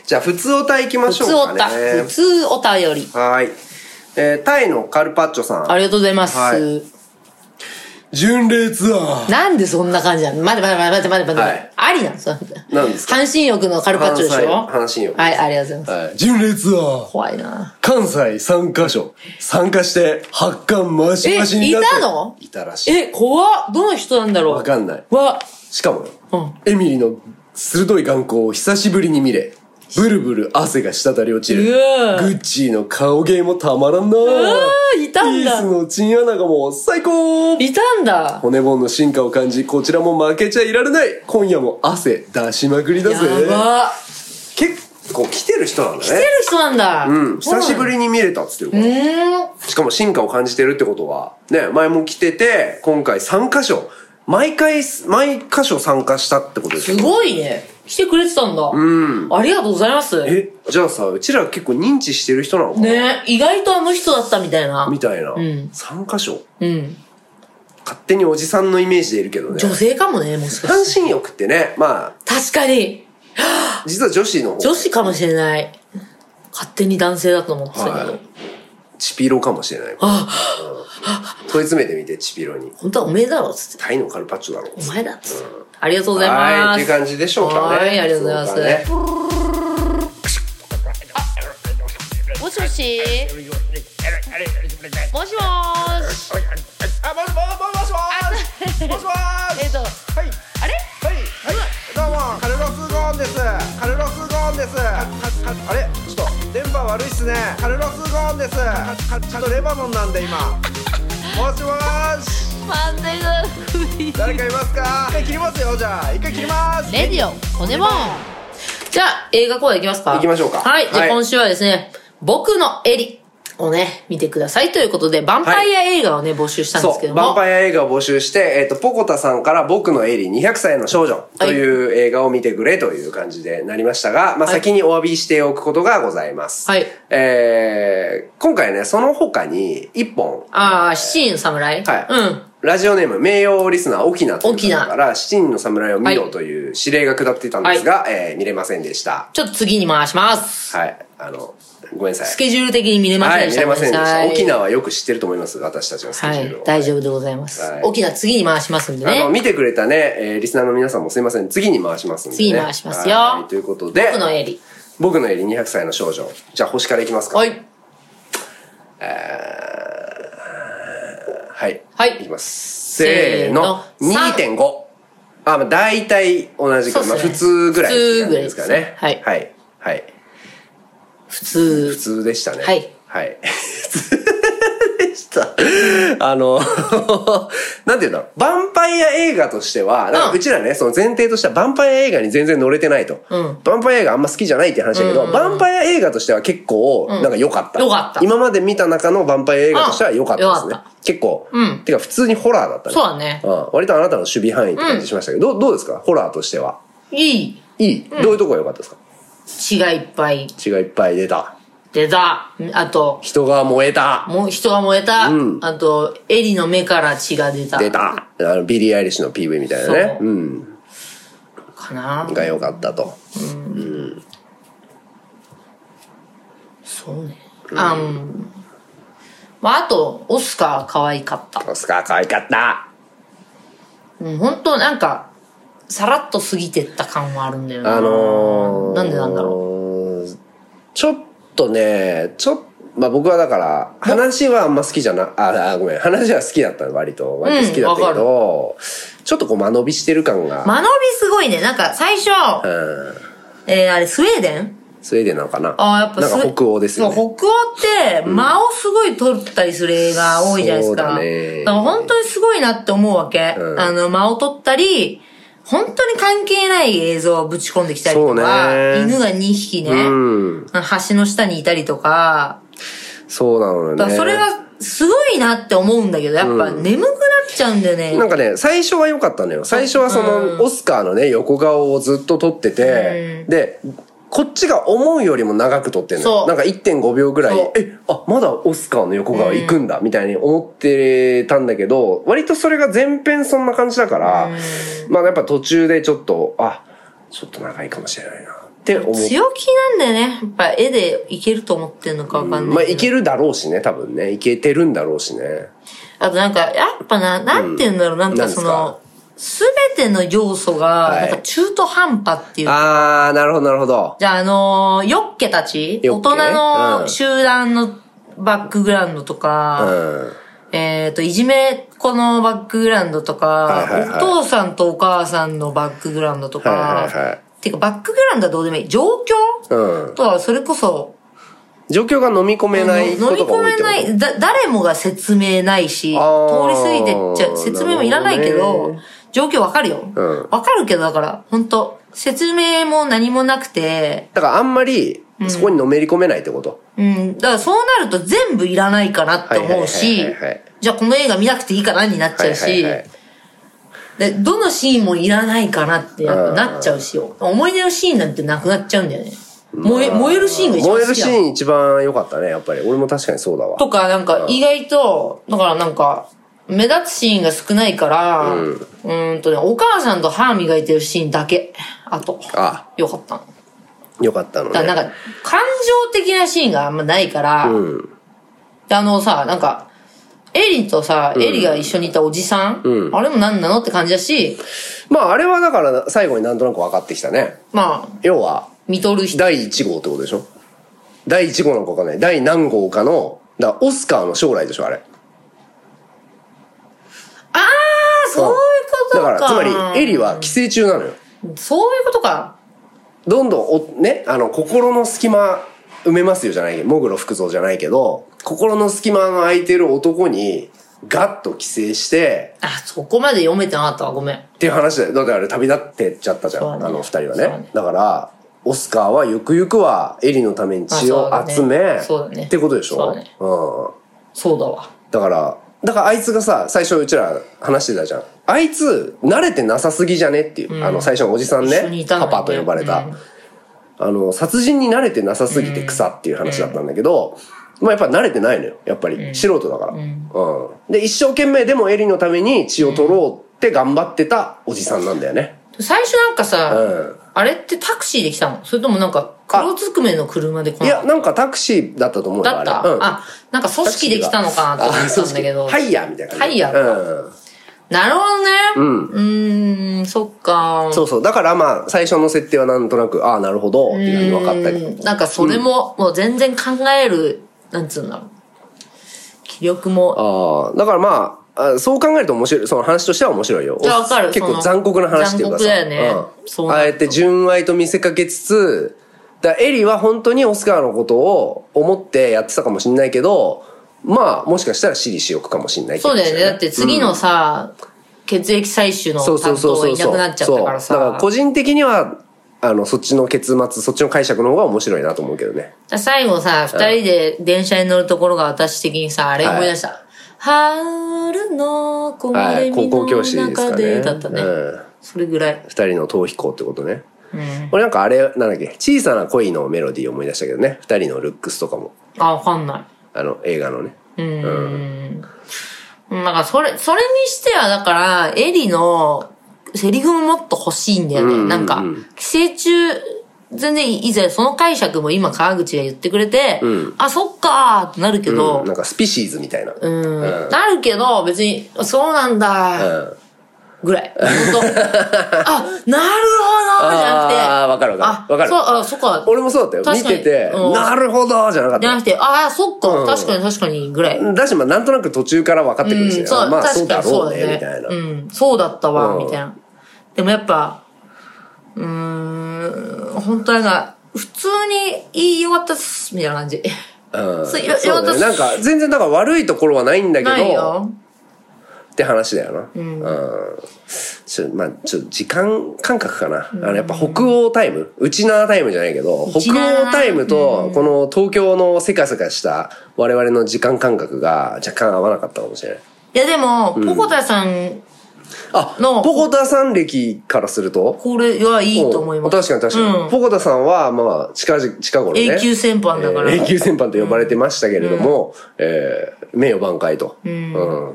Speaker 3: じゃあ、普通おた行きま
Speaker 2: 普
Speaker 3: しょう
Speaker 2: 通おた、
Speaker 3: かね
Speaker 2: 普。通おたより。
Speaker 3: はい。えータイのカルパッチョさん。
Speaker 2: ありがとうございます。
Speaker 3: はい巡礼ツアー。
Speaker 2: なんでそんな感じなの待て待て待て待て待て待て。
Speaker 3: はい
Speaker 2: ありなのそれ
Speaker 3: なんですか
Speaker 2: 半身浴のカルパッチョでしょ
Speaker 3: 半身浴
Speaker 2: はい、ありがとうございます。
Speaker 3: はい。巡礼ツアー。
Speaker 2: 怖いな
Speaker 3: 関西3カ所参加して発汗マシマシになって
Speaker 2: えいたの
Speaker 3: いたらしい
Speaker 2: え、怖っどの人なんだろう
Speaker 3: わかんない
Speaker 2: わ、
Speaker 3: しかもよ、
Speaker 2: うん
Speaker 3: エミリーの鋭い眼光を久しぶりに見れブルブル汗が滴り落ちる
Speaker 2: うわ
Speaker 3: グッチーの顔芸もたまらんなう
Speaker 2: わいたんだ
Speaker 3: ピースのチンアナゴも最高
Speaker 2: いたんだ
Speaker 3: 骨盆の進化を感じこちらも負けちゃいられない今夜も汗出しまくりだ
Speaker 2: や
Speaker 3: ぜ
Speaker 2: ば
Speaker 3: 結こう来てる人なんだね。
Speaker 2: 来てる人なんだ。
Speaker 3: うん。久しぶ
Speaker 2: り。
Speaker 3: りに見れたっつってるか
Speaker 2: う
Speaker 3: ら。
Speaker 2: ーん。
Speaker 3: しかも進化を感じてるってことは、ね、前も来てて、今回3箇所。毎回、毎箇所参加したってことです
Speaker 2: す
Speaker 3: よ。
Speaker 2: ごいね。来てくれてたんだ。
Speaker 3: うん。
Speaker 2: ありがとうございます。
Speaker 3: え、じゃあさ、うちら結構認知してる人なのかな、
Speaker 2: ね意外とあの人だったみたいな。
Speaker 3: みたいな。
Speaker 2: ん
Speaker 3: 3箇所。
Speaker 2: うん。
Speaker 3: 勝手におじさんのイメージでいるけどね。
Speaker 2: 女性かもね、もしか
Speaker 3: 半
Speaker 2: して。
Speaker 3: 身浴ってね、ま
Speaker 2: 確かに。
Speaker 3: あ、実は女子の方。
Speaker 2: 女子かもしれない。勝手に男性だと思ってたけど。
Speaker 3: はいチピロかもしれない。
Speaker 2: あ、
Speaker 3: 問い詰めてみて、チピロに。
Speaker 2: 本当はおめえだろ、つって。
Speaker 3: タイのカルパッチョだろ。
Speaker 2: お前だ、つって。ありがとうございます。
Speaker 3: はい、っていう感じでしょうかね。
Speaker 2: はいありがとうございます
Speaker 3: そうだね
Speaker 4: もしもしもしもーし
Speaker 5: あ、もしもしもしもしもしもし
Speaker 4: えっと
Speaker 5: はい
Speaker 4: あれ
Speaker 5: はいはいどうもカルロス・ゴーンですカルロス・ゴーンですかかあれちょっと電波悪いっすねカルロス・ゴーンですかかちょっとレバノンなんで今もしもし
Speaker 4: 漫才の首
Speaker 5: 誰かいますか一回切りますよじゃあ一回切ります
Speaker 4: レディオ骨もん
Speaker 2: じゃあ、映画コーナー行きますか
Speaker 3: 行きましょうか
Speaker 2: はい。じゃ
Speaker 3: は
Speaker 2: あ
Speaker 3: い
Speaker 2: 今週はですね、僕のエリをね、見てくださいということで、ヴァンパイア映画をね、募集したんです
Speaker 3: そ
Speaker 2: け
Speaker 3: う、ヴ
Speaker 2: ど
Speaker 3: ァン
Speaker 2: も。
Speaker 3: パイア映画を募集して、えっ、と、ポコタさんから僕のエリ200歳の少女という映画を見てくれという感じでなりましたが、
Speaker 2: は
Speaker 3: まあ、
Speaker 2: い
Speaker 3: 先にお詫びしておくことがございます。
Speaker 2: はい
Speaker 3: えー、今回ね、その他に1本、
Speaker 2: ああ、七人の侍
Speaker 3: はい
Speaker 2: うん。
Speaker 3: ラジオネーム、名誉リスナー、沖縄という
Speaker 2: 沖縄
Speaker 3: 方から、七人の侍を見
Speaker 2: は
Speaker 3: ろ
Speaker 2: い
Speaker 3: という指令が下っていたんですが、えー見れませんでした。
Speaker 2: ちょっと次に回します。
Speaker 3: はい。あの、ごめんなさい。
Speaker 2: スケジュール的に見れませ
Speaker 3: は
Speaker 2: んで
Speaker 3: い、見
Speaker 2: した。
Speaker 3: れませんでした。沖
Speaker 2: 縄。
Speaker 3: 縄はよく知ってると思います、私たちのスケ
Speaker 2: は
Speaker 3: ジュール
Speaker 2: い
Speaker 3: を。。
Speaker 2: 大丈夫でございます
Speaker 3: はい。
Speaker 2: 沖縄次に回しますんで
Speaker 3: あの、
Speaker 2: ね。
Speaker 3: 見てくれたね、えーリスナーの皆さんもすいません。次に回しますんで、ね。
Speaker 2: 次に回しますよ
Speaker 3: はいということで。
Speaker 2: 僕のエリ。
Speaker 3: 僕のエリ200歳の少女。じゃあ、星からいきますか。。
Speaker 2: はいい。
Speaker 3: はい。
Speaker 2: はい
Speaker 3: いきます。
Speaker 2: せ
Speaker 3: せ
Speaker 2: ー
Speaker 3: ー
Speaker 2: の
Speaker 3: の。2.5。あ、まあ、大体同じ
Speaker 2: そ
Speaker 3: く、
Speaker 2: うっすね
Speaker 3: まあ、普通ぐらいって感じですか
Speaker 2: 普通ぐらいです
Speaker 3: ね
Speaker 2: ね。はい
Speaker 3: はい。はい。
Speaker 2: 普通
Speaker 3: 普。通でしたね。
Speaker 2: はい。
Speaker 3: はい。 でした。あの、 なんていうんだろう。ヴァンパイア映画としては、なん
Speaker 2: う
Speaker 3: か
Speaker 2: ん
Speaker 3: うちらね、その前提としてはヴァンパイア映画に全然乗れてないと。
Speaker 2: うん
Speaker 3: ヴァンパイア映画あんま好きじゃないって話だけど、ヴァンパイア映画としては結構、なんか良かった。
Speaker 2: 良かった
Speaker 3: 今まで見た中のヴァンパイア映画としては良かったです
Speaker 2: うん良
Speaker 3: ね
Speaker 2: か。
Speaker 3: 結構。
Speaker 2: うん
Speaker 3: てか普通にホラーだったね。
Speaker 2: そうだね。
Speaker 3: うん。割とあなたの守備範囲って感じしましたけど、どうどうですかホラーとしては。
Speaker 2: いい。
Speaker 3: いい、どういうとこが良かったですか
Speaker 2: 血がいっぱい
Speaker 3: 血がいっぱい出た。
Speaker 2: 出た。あと、
Speaker 3: 人が燃えた。
Speaker 2: もう人が燃えた。
Speaker 3: うん
Speaker 2: あと、エリの目から血が出た。
Speaker 3: 出たあのビリー・アイリッシュの PV みたいなね
Speaker 2: そう
Speaker 3: うん
Speaker 2: かな
Speaker 3: が良かったと
Speaker 2: そうね。あん。まあ、あと、オスカー可愛かった。
Speaker 3: オスカー可愛かった
Speaker 2: うん、本当なんか、さらっと過ぎてった感はあるんだよな。
Speaker 3: あのー、
Speaker 2: なんでなんだ
Speaker 3: ろうちょっとねちょっとまあ僕はだから、話はあんま好きじゃな、あ、あごめん、話は好きだったの、割と。割と好きだったけど、ちょっとこう間延びしてる感が、
Speaker 2: 間延びすごいね。なんか、最初、
Speaker 3: うん、
Speaker 2: えー、あれ、スウェーデン
Speaker 3: スウェーデンなのかな
Speaker 2: ああ、やっぱ
Speaker 3: なん
Speaker 2: スウェ
Speaker 3: か北欧ですよね。
Speaker 2: そう北欧って、間をすごい取ったりする映画多いじゃないですか。
Speaker 3: そうだね
Speaker 2: から本当にすごいなって思うわけ。
Speaker 3: うん
Speaker 2: あの、間を取ったり、本当に関係ない映像をぶち込んできたりとか、
Speaker 3: そうね
Speaker 2: 犬が2匹ね、
Speaker 3: うん。
Speaker 2: 橋の下にいたりとか、
Speaker 3: そうなのよ
Speaker 2: だか
Speaker 3: ね。
Speaker 2: らそれがすごいなって思うんだけど、やっぱ眠くなっちゃうんだよね。
Speaker 3: なんかね、最初は良かったのよ。最初はその、オスカーのね、横顔をずっと撮ってて、で、こっちが思うよりも長く撮ってんの
Speaker 2: そう
Speaker 3: よ。なんか1.5秒ぐら
Speaker 2: そう
Speaker 3: い、え、あ、まだオスカーの横顔行くんだ、みたいに思ってたんだけど、割とそれが前編そんな感じだから、まあやっぱ途中でちょっと、あ、ちょっと長いかもしれないな、って思って。
Speaker 2: 強気なんだよね。やっぱ絵でいけると思ってんのかわかんないけど。
Speaker 3: まあいけるだろうしね、多分ね。いけてるんだろうしね。
Speaker 2: あとなんか、やっぱな、なんて言うんだろう、なんかその
Speaker 3: なん、
Speaker 2: すべての要素が、
Speaker 3: は
Speaker 2: ないんか中途半端っていうか。
Speaker 3: あー、なるほど、なるほど。
Speaker 2: じゃあ、あのー、ヨッケたち、
Speaker 3: ヨ
Speaker 2: 大
Speaker 3: ッケ
Speaker 2: 人
Speaker 3: う
Speaker 2: の
Speaker 3: ん
Speaker 2: 集団のバックグラウンドと
Speaker 3: う
Speaker 2: か、
Speaker 3: ん。
Speaker 2: えっ、と、いじめっ子のバックグラウンドとか、
Speaker 3: いはいはい
Speaker 2: お父さんとお母さんのバックグラウンドとか、
Speaker 3: はいはいはい
Speaker 2: てかバックグラウンドはどうでもいい。状況、
Speaker 3: うん。
Speaker 2: とは、それこそ、
Speaker 3: 状況が飲み込めない
Speaker 2: の
Speaker 3: こ
Speaker 2: 飲み
Speaker 3: とが
Speaker 2: 込
Speaker 3: 多い
Speaker 2: め
Speaker 3: ってこと
Speaker 2: ない、だ、誰もが説明ないし、
Speaker 3: あー
Speaker 2: 通り過ぎてっちゃ、説明もいらないけ
Speaker 3: なるほ
Speaker 2: ど、
Speaker 3: どね
Speaker 2: 状況わかるよ。
Speaker 3: うん
Speaker 2: わかるけど、だから、本当説明も何もなくて、
Speaker 3: だからあんまりそこにのめり込めないってこと、
Speaker 2: うん、だからそうなると全部いらないかなって思うし
Speaker 3: はいはいはいはいはい、
Speaker 2: じゃあこの映画見なくていいかなになっちゃうし、
Speaker 3: はいはいはい
Speaker 2: でどのシーンもいらないかなってやっぱなっちゃうしよ。思い出のシーンなんてなくなっちゃうんだよね。燃え、燃えるシーンが一番
Speaker 3: 燃え
Speaker 2: 好
Speaker 3: る
Speaker 2: き
Speaker 3: シ
Speaker 2: だ
Speaker 3: ーン一番良かったねやっぱり俺も確かにそうだわ
Speaker 2: とか、なんか意外と、だからなんか、目立つシーンが少ないから、うん、んとね、お母さんと歯磨いてるシーンだけ。あと。
Speaker 3: あ
Speaker 2: よかったの。
Speaker 3: 良かったのね
Speaker 2: だからなんか、感情的なシーンがあんまないから、
Speaker 3: うん
Speaker 2: であのさ、なんか、エリとさ、エリが一緒にいたおじさん、
Speaker 3: うん
Speaker 2: あれも何なのって感じだし、
Speaker 3: まああれはだから最後になんとなく分かってきたね
Speaker 2: まあ、
Speaker 3: 要は
Speaker 2: 見とる人。
Speaker 3: 第1号ってことでしょ第1号なのか分かんない第何号かのだからオスカーの将来でしょあれ
Speaker 2: あー、そういうこと
Speaker 3: だ
Speaker 2: か。
Speaker 3: からつまりエリは寄生虫なのよ
Speaker 2: そういうことか。
Speaker 3: どんどんおねあの心の隙間埋めますよじゃないけどもぐろ福蔵じゃないけど心の隙間が空いてる男にガッと寄生して
Speaker 2: あ、そこまで読めてなかったわ。ごめん。
Speaker 3: っていう話だよだってあれ旅立ってっちゃったじゃ、
Speaker 2: そうんね
Speaker 3: あの二人は
Speaker 2: そう
Speaker 3: ね
Speaker 2: ね
Speaker 3: だからオスカーはゆくゆくはエリのために血を
Speaker 2: あ
Speaker 3: 集
Speaker 2: そうだね
Speaker 3: め、
Speaker 2: そうだね
Speaker 3: ってことでしょ
Speaker 2: そうだね
Speaker 3: うん
Speaker 2: そうだわ。
Speaker 3: だから、だからあいつがさ、最初うちら話してたじゃん。あいつ、慣れてなさすぎじゃねっていう。あの、最初のおじさん
Speaker 2: 一緒
Speaker 3: ね
Speaker 2: にいたの
Speaker 3: パ
Speaker 2: にね
Speaker 3: パと呼ばれた、
Speaker 2: うん
Speaker 3: あの、殺人に慣れてなさすぎて草っていう話だったんだけど、まあやっぱ慣れてないのよ。やっぱり。素人だから、うん。で、一生懸命でもエリのために血を取ろうって頑張ってたおじさんなんだよね。
Speaker 2: 最初なんかさ、
Speaker 3: うん
Speaker 2: あれってタクシーで来たのそれともなんか、黒ずくめの車で来
Speaker 3: い
Speaker 2: なか
Speaker 3: や、
Speaker 2: っ
Speaker 3: なんかタクシーだったと思うよ。
Speaker 2: ただった、
Speaker 3: あれうん、
Speaker 2: あ、なんか組織で来たのかなと思ったんだけど。
Speaker 3: あそうそうハイヤーみたいな感じ。
Speaker 2: ハイヤー
Speaker 3: うん。
Speaker 2: なるほどね。
Speaker 3: ん
Speaker 2: うーん、そっか。
Speaker 3: そうそう。だからまあ、最初の設定はなんとなく、ああ、なるほど、っていうのに分かったり。
Speaker 2: なんかそれも、もう全然考える、なんつうんだろう。気力も。
Speaker 3: ああ、だからまああ、そう考えると面白い。その話としては面白いよ。
Speaker 2: いやわかる
Speaker 3: 結
Speaker 2: そ
Speaker 3: 構
Speaker 2: の
Speaker 3: 残酷な話っていうかさ。
Speaker 2: 残酷だよね
Speaker 3: うん
Speaker 2: そうなる
Speaker 3: あ
Speaker 2: と
Speaker 3: えて純愛と見せかけつつ、だからエリは本当にオスカーのことを思ってやってたかもしんないけど、まあ、もしかしたら私利私欲かもしんないって
Speaker 2: そ
Speaker 3: こ
Speaker 2: う
Speaker 3: と
Speaker 2: だよね。だって次のさ、血液採取の
Speaker 3: そうそ
Speaker 2: 担
Speaker 3: うそ
Speaker 2: 当
Speaker 3: う
Speaker 2: が
Speaker 3: そう
Speaker 2: いなくなっちゃったからさ。
Speaker 3: そうだから個人的には、あの、そっちの結末、そっちの解釈の方が面白いなと思うけどね。
Speaker 2: 最後さ、二人で電車に乗るところが私的にさ、あれ思い出した。春の小
Speaker 3: は
Speaker 2: 森
Speaker 3: い。高校教師
Speaker 2: の
Speaker 3: です
Speaker 2: 中
Speaker 3: か
Speaker 2: で
Speaker 3: ね。
Speaker 2: だったね。
Speaker 3: うん
Speaker 2: それぐらい。
Speaker 3: 二人の逃避行ってことね。俺なんかあれ、なんだっけ、小さな恋のメロディーを思い出したけどね。二人のルックスとかも。
Speaker 2: あ、わかんない。
Speaker 3: あの、映画のね。
Speaker 2: うんだからそれ、それにしてはだから、エリのセリフももっと欲しいんだよね。
Speaker 3: うんうん
Speaker 2: なんか、寄生虫、全然以前その解釈も今川口が言ってくれて、
Speaker 3: ん
Speaker 2: あ、そっかーってなるけど、
Speaker 3: うんなんかスピシーズみたいな。
Speaker 2: う
Speaker 3: うん
Speaker 2: ん、なるけど、別に、そうなんだー、ぐらい。 本当あ、なるほどーじゃなくて、
Speaker 3: あーわかるわかるわかる
Speaker 2: そう、あ、そっか。
Speaker 3: 俺もそうだったよ。
Speaker 2: 確
Speaker 3: 見
Speaker 2: かに
Speaker 3: てて、
Speaker 2: うん
Speaker 3: なるほどじゃなかっ
Speaker 2: じゃな
Speaker 3: た
Speaker 2: く。て、ああ、そっか、
Speaker 3: うん
Speaker 2: 確かに確かに、ぐらい。
Speaker 3: だし、まあ、なんとなく途中から分かってくるんです
Speaker 2: う
Speaker 3: よ
Speaker 2: ん、。そう、
Speaker 3: まあ、
Speaker 2: 確
Speaker 3: そう
Speaker 2: か
Speaker 3: だ
Speaker 2: に
Speaker 3: ろ
Speaker 2: そううだ
Speaker 3: ね、
Speaker 2: ね。
Speaker 3: みたいな。
Speaker 2: うん、そうだったわ、
Speaker 3: うん
Speaker 2: みたいな。でもやっぱ、うーん、本当なんか、普通に言い終わったっす、みたいな感じ。
Speaker 3: うん
Speaker 2: そういろいろ
Speaker 3: そうだね。なんか、全然、だから悪いところはないんだけ
Speaker 2: ない
Speaker 3: ど、
Speaker 2: よ。
Speaker 3: って話だよな。うん。ちょ、まあ、ちょ、時間感覚かな。あの、やっぱ北欧タイム、うちなタイムじゃないけど、
Speaker 2: 内
Speaker 3: 北
Speaker 2: 縄
Speaker 3: 欧タイムと、この東京のせかせかした我々の時間感覚が若干合わなかったかもしれない。
Speaker 2: いやでも、ポコタさん、
Speaker 3: あ、
Speaker 2: の
Speaker 3: ポコタさん歴からすると
Speaker 2: これはいいと思います。
Speaker 3: 確かに確かに。
Speaker 2: うん
Speaker 3: ポコタさんは、まあ、近々、近頃ね。
Speaker 2: 永久戦犯だから
Speaker 3: えー永久戦犯と呼ばれてましたけれども、えー名誉挽回と。うん。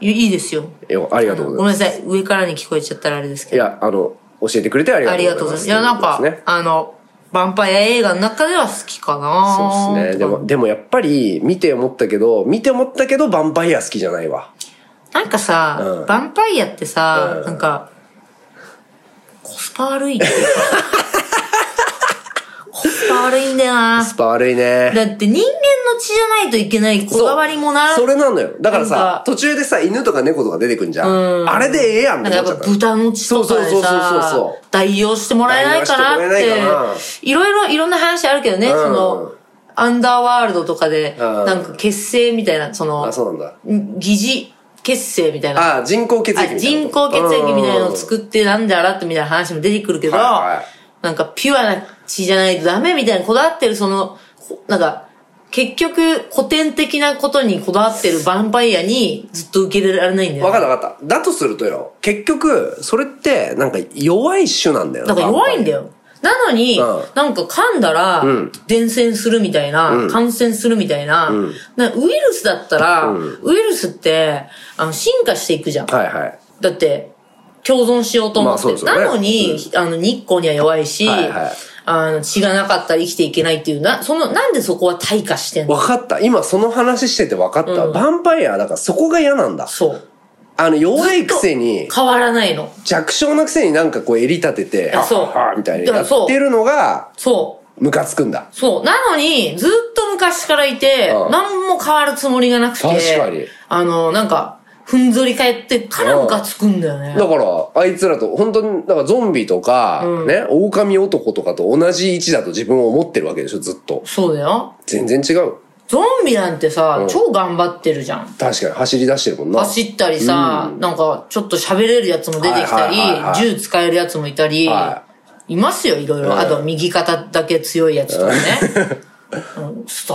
Speaker 2: いいいですよ。
Speaker 3: よありがとうご
Speaker 2: ご
Speaker 3: ざい
Speaker 2: め
Speaker 3: ま
Speaker 2: んなさい、上からに聞こえちゃったらあれです
Speaker 3: す。い
Speaker 2: けど。
Speaker 3: や、あの、教えてくれてあり
Speaker 2: あり
Speaker 3: が
Speaker 2: が
Speaker 3: と
Speaker 2: とう
Speaker 3: うご
Speaker 2: ご
Speaker 3: ざ
Speaker 2: ざ
Speaker 3: い
Speaker 2: い
Speaker 3: ま。
Speaker 2: ますす。いや、なんか、
Speaker 3: ということですね
Speaker 2: あの、ヴァンパイア映画の中では好きかな
Speaker 3: そうですね。でも、でもやっぱり、見て思ったけど、見て思ったけど、ヴァンパイア好きじゃないわ。
Speaker 2: なんかさ、
Speaker 3: うん
Speaker 2: ヴァンパイアってさ、
Speaker 3: うん
Speaker 2: なんか、コスパ悪いって いうか、コスパ悪いんだよな。
Speaker 3: スパ悪いね。
Speaker 2: だって人間の血じゃないといけないこだわりもな。
Speaker 3: そうそれなのよ。だから
Speaker 2: なん
Speaker 3: さ
Speaker 2: か、
Speaker 3: 途中でさ、犬とか猫とか出てくんじゃ。
Speaker 2: うんん
Speaker 3: あれでええやんっ
Speaker 2: な
Speaker 3: て
Speaker 2: んか
Speaker 3: 思
Speaker 2: や
Speaker 3: っ
Speaker 2: っ
Speaker 3: ちゃ
Speaker 2: ぱ
Speaker 3: った。
Speaker 2: 豚の血とか
Speaker 3: そう
Speaker 2: で
Speaker 3: そうそうそう
Speaker 2: さ
Speaker 3: そう、
Speaker 2: 代用してもらえないかなっ
Speaker 3: 代用してもらえないかな
Speaker 2: て、いろいろ、いろんな話あるけどね、
Speaker 3: うん
Speaker 2: その、アンダーワールドとかで、
Speaker 3: うん
Speaker 2: なんか結成みたいな、その
Speaker 3: あ、、そうなんだ。
Speaker 2: 疑似血清みたいな。
Speaker 3: あ、人工血液みたい
Speaker 2: あ
Speaker 3: な。
Speaker 2: 人工血液みたいなのを作ってなんで洗ってみたいな話も出てくるけど、
Speaker 3: うんはいはい
Speaker 2: なんかピュアな血じゃないとダメみたいなこだわってるその、こなんか、結局古典的なことにこだわってるヴァンパイアにずっと受け入れられないんだよ。
Speaker 3: わかったわかった。だとするとよ、結局、それって、なんか弱い種なんだよ
Speaker 2: なんか弱いんだ。よ。なのに、
Speaker 3: うん
Speaker 2: なんか噛んだら、
Speaker 3: ん
Speaker 2: 伝染するみたいな、感染するみたいな、なウイルスだったら、ウイルスって、あの、進化していくじゃん。
Speaker 3: はいはい。
Speaker 2: だって、共存しようと思って。
Speaker 3: まあそうですよね
Speaker 2: なのに、あの、日光には弱いし、
Speaker 3: はいはい
Speaker 2: あの、血がなかったら生きていけないっていう、な、その、なんでそこは退化してんの
Speaker 3: わかった。今その話しててわかった。ヴァンパイア、だからそこが嫌なんだ。
Speaker 2: そう。
Speaker 3: あの、弱いくせに、
Speaker 2: 変わらないの。
Speaker 3: 弱小なくせになんかこう襟立てて、
Speaker 2: あそう
Speaker 3: はっはっはみたいに
Speaker 2: だか
Speaker 3: や
Speaker 2: らそう
Speaker 3: ってるのが、
Speaker 2: そう。
Speaker 3: ムカつくんだ。
Speaker 2: そう。なのに、ずっと昔からいて、
Speaker 3: うん
Speaker 2: 何も変わるつもりがなくて。
Speaker 3: 確かに
Speaker 2: あの、なんか、ふんぞり返ってからムカつくんだよね。
Speaker 3: だから、あいつらと、本当に、だからゾンビとか、ね、狼男とかと同じ位置だと自分を思ってるわけでしょ、ずっと。
Speaker 2: そうだよ。
Speaker 3: 全然違う。
Speaker 2: ゾンビなんてさ、
Speaker 3: うん
Speaker 2: 超頑張ってるじゃん。
Speaker 3: 確かに走り出してるもんな。
Speaker 2: 走ったりさ、なんか、ちょっと喋れるやつも出てきたり
Speaker 3: はいはいはいは、い
Speaker 2: 銃使えるやつもいたり
Speaker 3: は、
Speaker 2: いますよ、いろいろ。あと、右肩だけ強いやつとかね。うんスター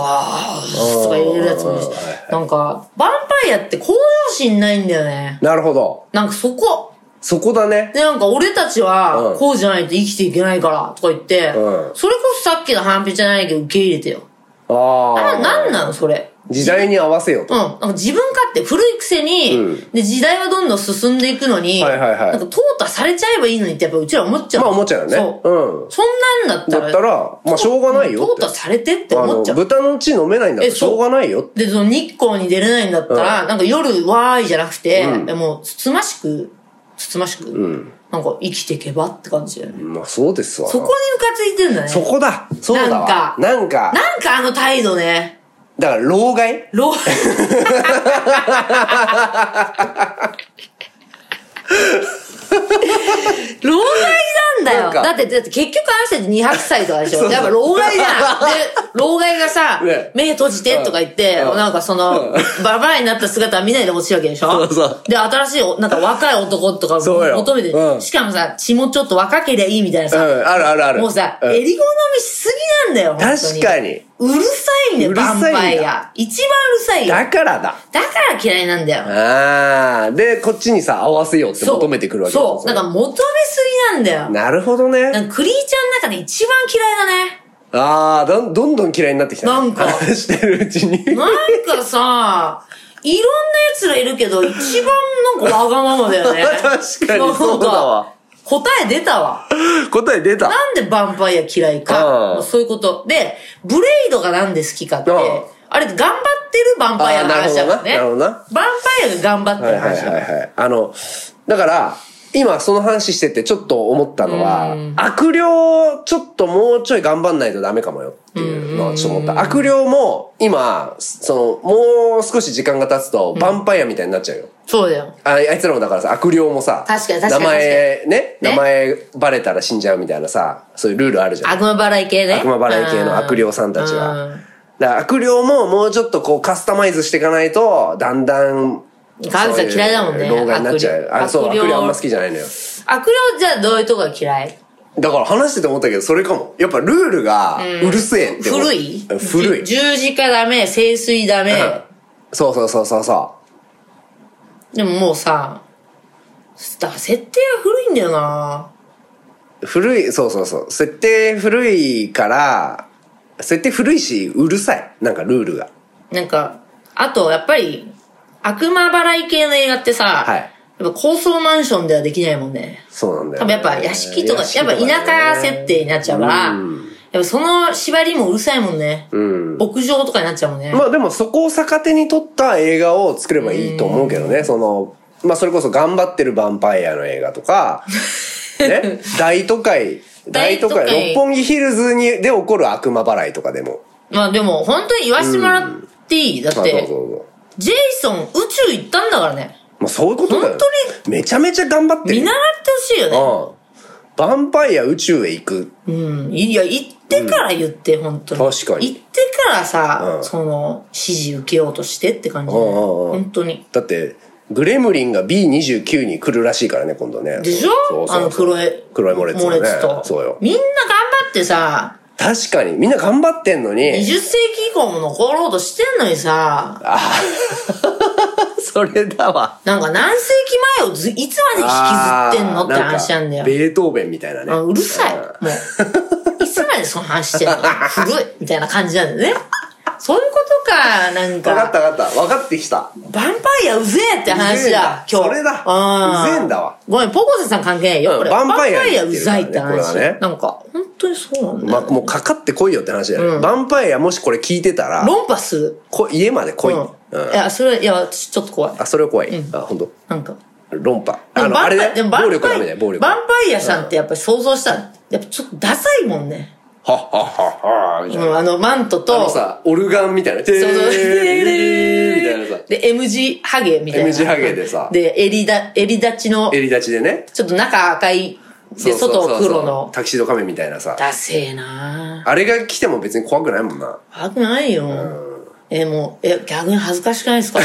Speaker 2: とか言えるやつもいるし
Speaker 3: うんうんうんは
Speaker 2: なんか、ヴァンパイアって向上心ないんだよね。
Speaker 3: なるほど。
Speaker 2: なんかそこ。
Speaker 3: そこだね。
Speaker 2: で、なんか俺たちは
Speaker 3: うん、
Speaker 2: こうじゃないと生きていけないから、とか言って、
Speaker 3: うん
Speaker 2: それこそさっきのハンピじゃないけど受け入れてよ。
Speaker 3: あ
Speaker 2: あ、
Speaker 3: あ。
Speaker 2: なんなのそれ。
Speaker 3: 時代に合わせよう
Speaker 2: う
Speaker 3: と。
Speaker 2: ん。なんか自分勝手古いくせに、
Speaker 3: うん
Speaker 2: で、時代はどんどん進んでいくのに、
Speaker 3: はいはいはい
Speaker 2: なんか淘汰されちゃえばいいのにってやっぱうちら思っちゃう。
Speaker 3: まあ思っちゃうよね。
Speaker 2: そう。
Speaker 3: う
Speaker 2: そんなんだっ
Speaker 3: ん。
Speaker 2: た
Speaker 3: だ
Speaker 2: ら、
Speaker 3: ったら、まあしょうがないよっ
Speaker 2: 淘
Speaker 3: て
Speaker 2: 汰。されてって
Speaker 3: あ
Speaker 2: 思
Speaker 3: の
Speaker 2: っちゃ、う。
Speaker 3: 豚の血飲めないんだから
Speaker 2: え
Speaker 3: し
Speaker 2: そう
Speaker 3: ょうがないよって。
Speaker 2: で、その日光に出れないんだったら、なんか夜わーいじゃなくて、
Speaker 3: うん
Speaker 2: もうつつましく、つつましく、
Speaker 3: うん。
Speaker 2: なんか生きていけばって感じだよね。
Speaker 3: まあそうですわな。
Speaker 2: そこにムカついてんだね。
Speaker 3: そこだそうだわ。なんか、
Speaker 2: なんかあの態度ね。
Speaker 3: だから、老害
Speaker 2: 老老害なんだ
Speaker 3: な
Speaker 2: よ。
Speaker 3: んか
Speaker 2: だって、だって結局あの人って200歳とかでしょ。
Speaker 3: そう
Speaker 2: やっぱ老害じゃん。で、老害がさ、
Speaker 3: ね
Speaker 2: 目閉じてとか言って、
Speaker 3: うん
Speaker 2: なんかその、バラバラになった姿は見ないでほしいわけでしょ。
Speaker 3: そうそう
Speaker 2: で、新しいお、なんか若い男とか
Speaker 3: そうよ
Speaker 2: 求めて、
Speaker 3: うん
Speaker 2: しかもさ、血もちょっと若けりゃいいみたいな
Speaker 3: うん、
Speaker 2: さ、
Speaker 3: あるあるある。
Speaker 2: もうさ、
Speaker 3: ん
Speaker 2: 襟好みしすぎなんだよ、本当
Speaker 3: 確かに。
Speaker 2: うるさいんだよ、
Speaker 3: う
Speaker 2: ヴ
Speaker 3: るさ
Speaker 2: ァン
Speaker 3: いんだ
Speaker 2: パイア。一番うるさいよ。
Speaker 3: だ
Speaker 2: だか
Speaker 3: からだ。
Speaker 2: ら嫌いなんだよ。
Speaker 3: ああ、で、こっちにさ、合わせようって
Speaker 2: そう
Speaker 3: 求めてくるわけ
Speaker 2: そう。
Speaker 3: で
Speaker 2: な
Speaker 3: す
Speaker 2: んか求めすぎなんだよ。
Speaker 3: なるほど
Speaker 2: な
Speaker 3: ね。
Speaker 2: んかクリーチャーの中で一番嫌いだ ね。
Speaker 3: ああ、どんどんどん嫌いになってきたね。
Speaker 2: なんか
Speaker 3: 話してるうちに。
Speaker 2: なんかさ、いろんな奴らいるけど、一番なんかわがままだよね。
Speaker 3: 確かにそうだわ
Speaker 2: なんか。答え出たわ。
Speaker 3: 答え出た。
Speaker 2: なんでヴァンパイア嫌い
Speaker 3: うん
Speaker 2: か。そういうこと。で、ブレイドがなんで好きかって、
Speaker 3: うん
Speaker 2: あれ頑張ってるヴァンパイアの話だからね。
Speaker 3: あーなるほどななる
Speaker 2: ヴァンパイアが頑張って
Speaker 3: はい
Speaker 2: る
Speaker 3: はい
Speaker 2: 話だ
Speaker 3: は
Speaker 2: から
Speaker 3: いはい。あの、だから、今その話しててちょっと思ったのは、悪霊ちょっともうちょい頑張んないとダメかもよっていうのはちょっと思った。悪霊も今、その、もう少し時間が経つと、ヴァンパイアみたいになっちゃうよ。
Speaker 2: そうだよ。
Speaker 3: ああいつらもだからさ、悪霊もさ、
Speaker 2: 確かに確かに
Speaker 3: 名前ね、
Speaker 2: ね
Speaker 3: 名前バレたら死んじゃうみたいなさ、そういうルールあるじゃん。
Speaker 2: 悪魔払い系ね。
Speaker 3: 悪魔払い系の悪霊さんたち
Speaker 2: うん
Speaker 3: は。だから悪霊ももうちょっとこうカスタマイズしていかないと、だんだん、
Speaker 2: 川口さん嫌いだもんね
Speaker 3: そういう老害になっちゃう。
Speaker 2: 悪霊
Speaker 3: あ、そう、悪
Speaker 2: 悪
Speaker 3: 霊
Speaker 2: 霊
Speaker 3: あんま好きじゃないのよ。
Speaker 2: 悪霊じゃあどういうとこが嫌い
Speaker 3: だから話してて思ったけど、それかも。やっぱルールがうるせえって思う。
Speaker 2: 古い
Speaker 3: 古い
Speaker 2: じ。ゅ十字架ダメ、聖水ダメ。
Speaker 3: そうそうそうそうそ
Speaker 2: でももうさ、だ設定が古いんだよな
Speaker 3: う。古い、そうそうそう。設定古いから、設定古いし、うるさい。なんかルールが。
Speaker 2: なんか、あとやっぱり、悪魔払い系の映画ってさ、
Speaker 3: はい
Speaker 2: やっぱ高層マンションではできないもんね。
Speaker 3: そうなんだよ、
Speaker 2: 多分やっぱ屋敷とか、やっぱ
Speaker 3: ね
Speaker 2: 田舎設定になっちゃうから、
Speaker 3: うん
Speaker 2: やっぱその縛りもうるさいもんね。
Speaker 3: うん。
Speaker 2: 牧場とかになっちゃうもんね。
Speaker 3: まあでもそこを逆手に取った映画を作ればいいと思うけどね。その、まあそれこそ頑張ってるヴァンパイアの映画 とか、ね、大都会、大
Speaker 2: 大
Speaker 3: 都
Speaker 2: 都
Speaker 3: 会
Speaker 2: 会、
Speaker 3: 六本木ヒルズにで起こる悪魔払いとかでも。
Speaker 2: まあでも、本当に言わしてもらっていい、だ
Speaker 3: ま
Speaker 2: っ
Speaker 3: あそうそう
Speaker 2: て、
Speaker 3: そう。
Speaker 2: ジェイソン宇宙行ったんだからね。
Speaker 3: まあそういうことだよ。
Speaker 2: 本当
Speaker 3: めちゃめちゃ頑張ってる。
Speaker 2: 見習ってほしいよ
Speaker 3: うん。ヴァンパイア宇宙へ行く。
Speaker 2: ね。うん。いや、行ってから言って、本当に。
Speaker 3: 確かに
Speaker 2: 行ってからさ、
Speaker 3: うん
Speaker 2: その、指示受けようとしてって感じ、
Speaker 3: うんうんうん
Speaker 2: 本当に。
Speaker 3: だって、グレムリンが B29 に来るらしいからね、今度ね。
Speaker 2: でしょ
Speaker 3: そうそうそう
Speaker 2: あの黒い。
Speaker 3: 黒いモレッツ
Speaker 2: モ
Speaker 3: のね
Speaker 2: レツと。
Speaker 3: そうよ。
Speaker 2: みんな頑張ってさ、
Speaker 3: 確かに、みんな頑張ってんの
Speaker 2: 20
Speaker 3: に、
Speaker 2: 世紀以降も残ろうとしてんのにさ、
Speaker 3: それだわ。
Speaker 2: なんか何世紀前をずいつまで引きずってんのって話なんだよ。
Speaker 3: ベートーベンみたいなね。
Speaker 2: あうるさい。もう。いつまでその話し てんの古いみたいな感じなんだよね。そういうことか、なん
Speaker 3: 分かっ
Speaker 2: か。
Speaker 3: た分かった。分かってきた。
Speaker 2: ヴァンパイアうぜえって話だ、今日。
Speaker 3: それだ。
Speaker 2: あ
Speaker 3: う
Speaker 2: ー
Speaker 3: ぜえんだわ。
Speaker 2: ごめん、ポコセさん関係ないよ、
Speaker 3: うん
Speaker 2: これ。
Speaker 3: ヴァンパイア
Speaker 2: ヴァ
Speaker 3: に
Speaker 2: ン
Speaker 3: 言
Speaker 2: う
Speaker 3: ってるから
Speaker 2: ざ
Speaker 3: ね
Speaker 2: いって
Speaker 3: これ
Speaker 2: 話。
Speaker 3: はね
Speaker 2: なんか、本当にそうなんだ
Speaker 3: ま、
Speaker 2: よ。
Speaker 3: もうかかってこいよって話だよね。
Speaker 2: うん
Speaker 3: ヴァンパイアもしこれ聞いてたら、
Speaker 2: 論破する。
Speaker 3: こ家まで来い。
Speaker 2: う
Speaker 3: うんん。
Speaker 2: いや、それ、いや、私ちょっと怖い。
Speaker 3: あ、それは怖い。あ、本当。
Speaker 2: なんか。
Speaker 3: 論破。
Speaker 2: で
Speaker 3: あ
Speaker 2: も
Speaker 3: の、あれね。
Speaker 2: でもバン
Speaker 3: 暴
Speaker 2: パ
Speaker 3: 力
Speaker 2: イ
Speaker 3: ダメだよ、暴力。
Speaker 2: バ
Speaker 3: は
Speaker 2: ン
Speaker 3: っ
Speaker 2: パイアさんってやっぱり想像したら、やっぱちょっとダサいもんね。
Speaker 3: はっはっは、みた
Speaker 2: う
Speaker 3: いな。
Speaker 2: ん、あのマント
Speaker 3: あ
Speaker 2: と、
Speaker 3: の
Speaker 2: そう
Speaker 3: さ、オルガンみたいな。てー
Speaker 2: そう、
Speaker 3: みたいなさ。
Speaker 2: で、M 字ハゲみたいな。
Speaker 3: M 字ハゲでさ
Speaker 2: で、襟だ、襟立ちの、
Speaker 3: 襟立ちでね。
Speaker 2: ちょっと中赤い、で、
Speaker 3: そうそうそうそう
Speaker 2: 外黒の。
Speaker 3: タキシード仮面みたいなさ。
Speaker 2: ダセえな
Speaker 3: あれが来ても別に怖くないもんな。
Speaker 2: 怖くないよ。え、もう、え、逆に恥ずかしくないですか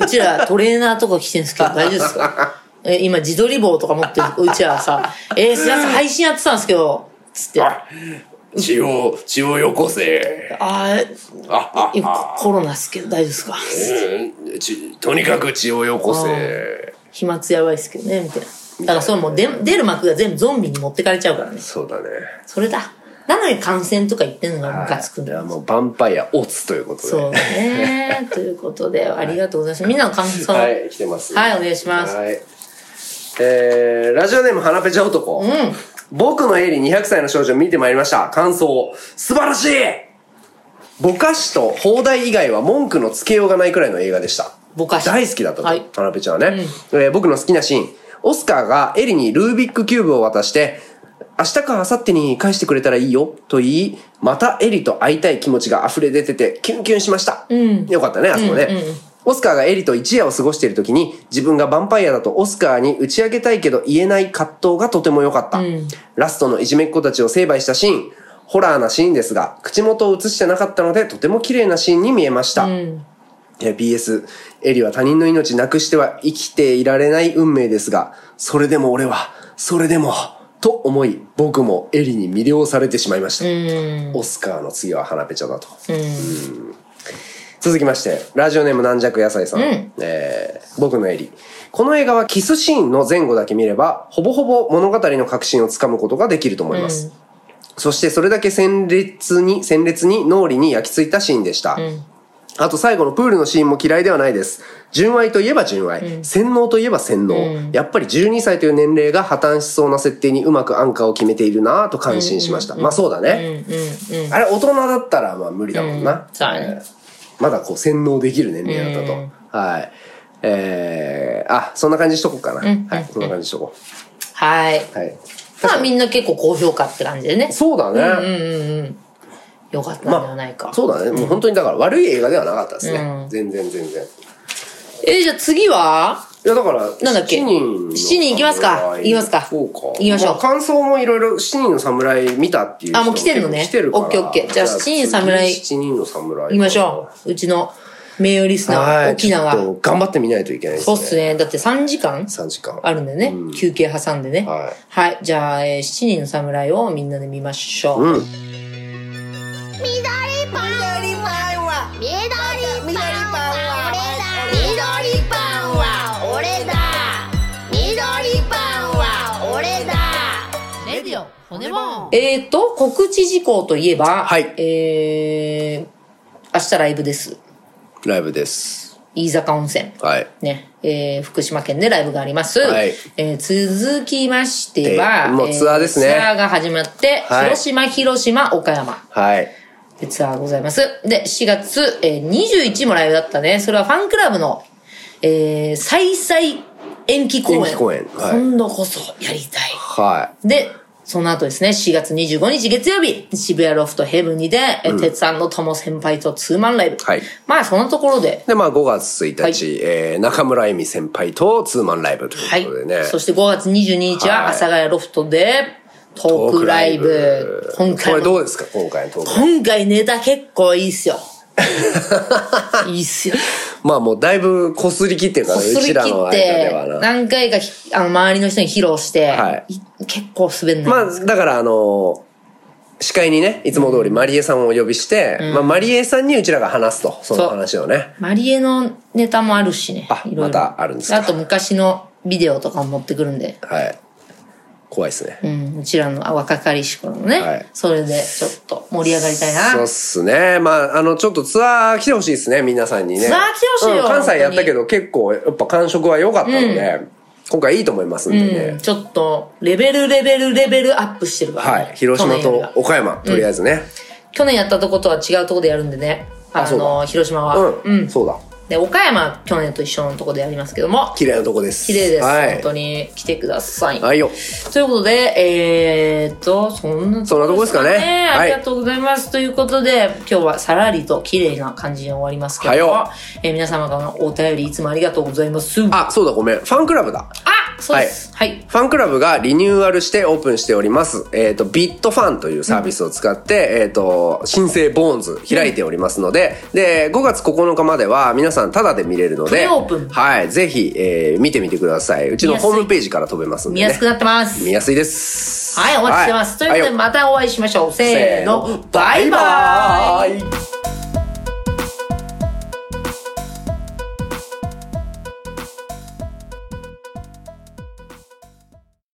Speaker 2: うちらトレーナーとか着てるんですけ ど、大丈夫ですかえ、今自撮り棒とか持ってる、うちらさ、 えー、すいません、配信やってたんですけど、つって。
Speaker 3: あ血を、血をよこせ。
Speaker 2: あ
Speaker 3: ああ
Speaker 2: ー
Speaker 3: あ
Speaker 2: 今コロナっすけど大丈夫ですか
Speaker 3: うんちとにかく血をよこせ。
Speaker 2: 飛沫やばいっすけどね、みたいな。だからそれもう出出る幕が全部ゾンビに持ってかれちゃうからね。
Speaker 3: そうだね。
Speaker 2: それだ。なのに感染とか言ってんのがムカつくん
Speaker 3: い
Speaker 2: だ
Speaker 3: や、
Speaker 2: よ。
Speaker 3: もうヴァンパイア、オツということで。
Speaker 2: そうね。ということで、ありがとうございます。みんなの感想。
Speaker 3: は
Speaker 2: はい、
Speaker 3: い、来てます。
Speaker 2: お願いします。
Speaker 3: はい。えー、ラジオネーム、花ペチャ男。僕のエリ200歳の少女見てまいりました。感想。素晴らしいぼかしと放題以外は文句のつけようがないくらいの映画でした。
Speaker 2: ぼかし
Speaker 3: 大好きだったと。
Speaker 2: はい
Speaker 3: 田辺ちゃんはね、えー僕の好きなシーン。オスカーがエリにルービックキューブを渡して、明日か明後日に返してくれたらいいよと言い、またエリと会いたい気持ちが溢れ出てて、キュンキュンしました。よかったね、あそこね。オスカーがエリと一夜を過ごしている時に、自分がヴァンパイアだとオスカーに打ち明けたいけど言えない葛藤がとても良かった、ラストのいじめっ子たちを成敗したシーン、ホラーなシーンですが、口元を映してなかったので、とても綺麗なシーンに見えました。えー PS、エリは他人の命なくしては生きていられない運命ですが、それでも俺は、それでも、と思い、僕もエリに魅了されてしまいました。オスカーの次は花ペチャだと。うん続きまして、ラジオネーム軟弱野菜さん。えー僕のエリ。この映画はキスシーンの前後だけ見れば、ほぼほぼ物語の核心をつかむことができると思います。そしてそれだけ鮮烈に、鮮烈に脳裏に焼き付いたシーンでした。あと最後のプールのシーンも嫌いではないです。純愛といえば純愛、洗脳といえば洗脳、やっぱり12歳という年齢が破綻しそうな設定にうまくアンカーを決めているなぁと感心しました。まあそうだね、あれ大人だったらまあ無理だもんな。
Speaker 2: そうだね
Speaker 3: えーまだこう洗脳できる年齢だったと。はい。えー、あ、そんな感じにしとこうかな。はい、そんな感じにしとこ
Speaker 2: はい。
Speaker 3: う。はい。
Speaker 2: まあみんな結構高評価って感じでね。
Speaker 3: そうだね。
Speaker 2: よかったんで
Speaker 3: まあ
Speaker 2: はないか。
Speaker 3: そうだね。もう本当にだから悪い映画ではなかったですね。全然全然。
Speaker 2: え、じゃあ次はい
Speaker 3: やだから、
Speaker 2: なんだっけ
Speaker 3: 七人の
Speaker 2: 七人行きますか
Speaker 3: 侍
Speaker 2: 行きますか
Speaker 3: そうか。
Speaker 2: 行きましょう
Speaker 3: あ感想もいろいろ七人の侍見たっていう人
Speaker 2: あもう来てんのね
Speaker 3: 結構来てるから。
Speaker 2: オッケーオッケーじゃあ七人侍
Speaker 3: 次七人の侍。
Speaker 2: 言いましょう。うちの名誉リスナ
Speaker 3: は
Speaker 2: ー、
Speaker 3: い。
Speaker 2: 沖
Speaker 3: ちょ
Speaker 2: 縄。
Speaker 3: っと頑張ってみないといけないです
Speaker 2: そう
Speaker 3: ね。
Speaker 2: っすね。だって3時間
Speaker 3: 3時間。
Speaker 2: あるんだよね。休憩挟んでね。
Speaker 3: はい
Speaker 2: はい。じゃあ、えー七人の侍をみんなで見ましょう。
Speaker 3: うん。
Speaker 4: 緑パンは緑パンは緑パンは俺だ緑パンは俺だ
Speaker 1: レディオ骨も
Speaker 2: えーと、告知事項といえば、
Speaker 3: はい
Speaker 2: えー、明日ライブです。
Speaker 3: ライブです。
Speaker 2: 飯坂温泉。
Speaker 3: はい。
Speaker 2: ね、えー、福島県でライブがあります。
Speaker 3: はい
Speaker 2: えー続きましては、
Speaker 3: でもうツアーですね
Speaker 2: えツアーが始まって、
Speaker 3: はい
Speaker 2: 広島、広島、岡山。
Speaker 3: はい。
Speaker 2: で、ツアーございます。で、4月、えー、21もライブだったね。それはファンクラブの、えー、再々延期公演。
Speaker 3: 延期公演はい
Speaker 2: 今度こそやりたい。
Speaker 3: は
Speaker 2: で、その後ですね、4月25日月曜日、渋谷ロフトヘブンにで、え鉄さんの友先輩とツーマンライブ。
Speaker 3: はい
Speaker 2: まあ、そのところで
Speaker 3: い。、で、まあ5月1日、
Speaker 2: はい
Speaker 3: えー中村恵美先輩とツーマンライブと
Speaker 2: は
Speaker 3: いう
Speaker 2: い
Speaker 3: ことでね。。
Speaker 2: そして5月22日は、阿
Speaker 3: はい
Speaker 2: 佐ヶ谷ロフトで、トークライブ。今
Speaker 3: こ
Speaker 2: 回
Speaker 3: れど
Speaker 2: も、
Speaker 3: うですか今回のトークライブ
Speaker 2: 今回ネタ結構いいっすよ。いいっすよ。
Speaker 3: まあもうだいぶこすりきってるか
Speaker 2: こ
Speaker 3: ら、う
Speaker 2: すり切
Speaker 3: ちらの
Speaker 2: っ
Speaker 3: 間では
Speaker 2: て、
Speaker 3: な。
Speaker 2: 何回かひあの周りの人に披露して、
Speaker 3: はい
Speaker 2: い結構滑んない。
Speaker 3: まあ、だからあの、司会にね、いつも通りマリエさんをお呼びして、まあマリエさんにうちらが話すと、その話をね。
Speaker 2: マリエのネタもあるしね。
Speaker 3: あ
Speaker 2: いろいろ
Speaker 3: またあるんですか
Speaker 2: あと昔のビデオとかも持ってくるんで。
Speaker 3: はい。怖いですね。
Speaker 2: うん、うちらのあ若かりし頃のね、
Speaker 3: はい
Speaker 2: それでちょっと盛り上がりたい
Speaker 3: そう
Speaker 2: な
Speaker 3: っ。すね。まあ、あの、ちょっとツアー来てほしいですね、皆さんにね。
Speaker 2: ツアー来てほしいよ
Speaker 3: うん関西やった
Speaker 2: 本
Speaker 3: け
Speaker 2: 当
Speaker 3: ど結構、やっぱ感触は良かったので、今回いいと思いますんでね。
Speaker 2: うん、ちょっと、レベルレベルレベルアップしてるからね、
Speaker 3: はい。広島
Speaker 2: 去年よりは
Speaker 3: と岡山、とりあえずね。
Speaker 2: 去年やったとことは違うとこでやるんでね。あ
Speaker 3: そう
Speaker 2: の、
Speaker 3: だ
Speaker 2: 広島は、
Speaker 3: うん。
Speaker 2: うん。
Speaker 3: そうだ。
Speaker 2: で、岡山は去年と一緒のとこでやりますけども、
Speaker 3: 綺麗なとこです。
Speaker 2: 綺麗です。
Speaker 3: はい。
Speaker 2: 本当に来てください。
Speaker 3: はいよ。
Speaker 2: ということで、えー、っと、そんな
Speaker 3: そんなとこですかね
Speaker 2: あ
Speaker 3: はい
Speaker 2: りがとうございます。ということで、今日はさらりと綺麗な感じに終わりますけども、
Speaker 3: はよ
Speaker 2: えー皆様からのお便りいつもありがとうございます。あ、
Speaker 3: あ、そうだ、ごめん。ファンクラブだ。
Speaker 2: そうです。はい。
Speaker 3: ファンクラブがリニューアルしてオープンしております。えっ、と、ビットファンというサービスを使って、えっ、と、新生ボーンズ開いておりますので、で、5月9日までは皆さんタダで見れるので、
Speaker 2: プレオープン
Speaker 3: はい、ぜひ、えー見てみてください。うちのホームページから飛べますんで、
Speaker 2: 見
Speaker 3: ね。
Speaker 2: やすくなってます。
Speaker 3: 見やすいです。
Speaker 2: はい、お待ちしてます。ということで、
Speaker 3: は
Speaker 2: またお会いしましょう。せーの
Speaker 3: せーの、
Speaker 2: バイバーイ
Speaker 3: イ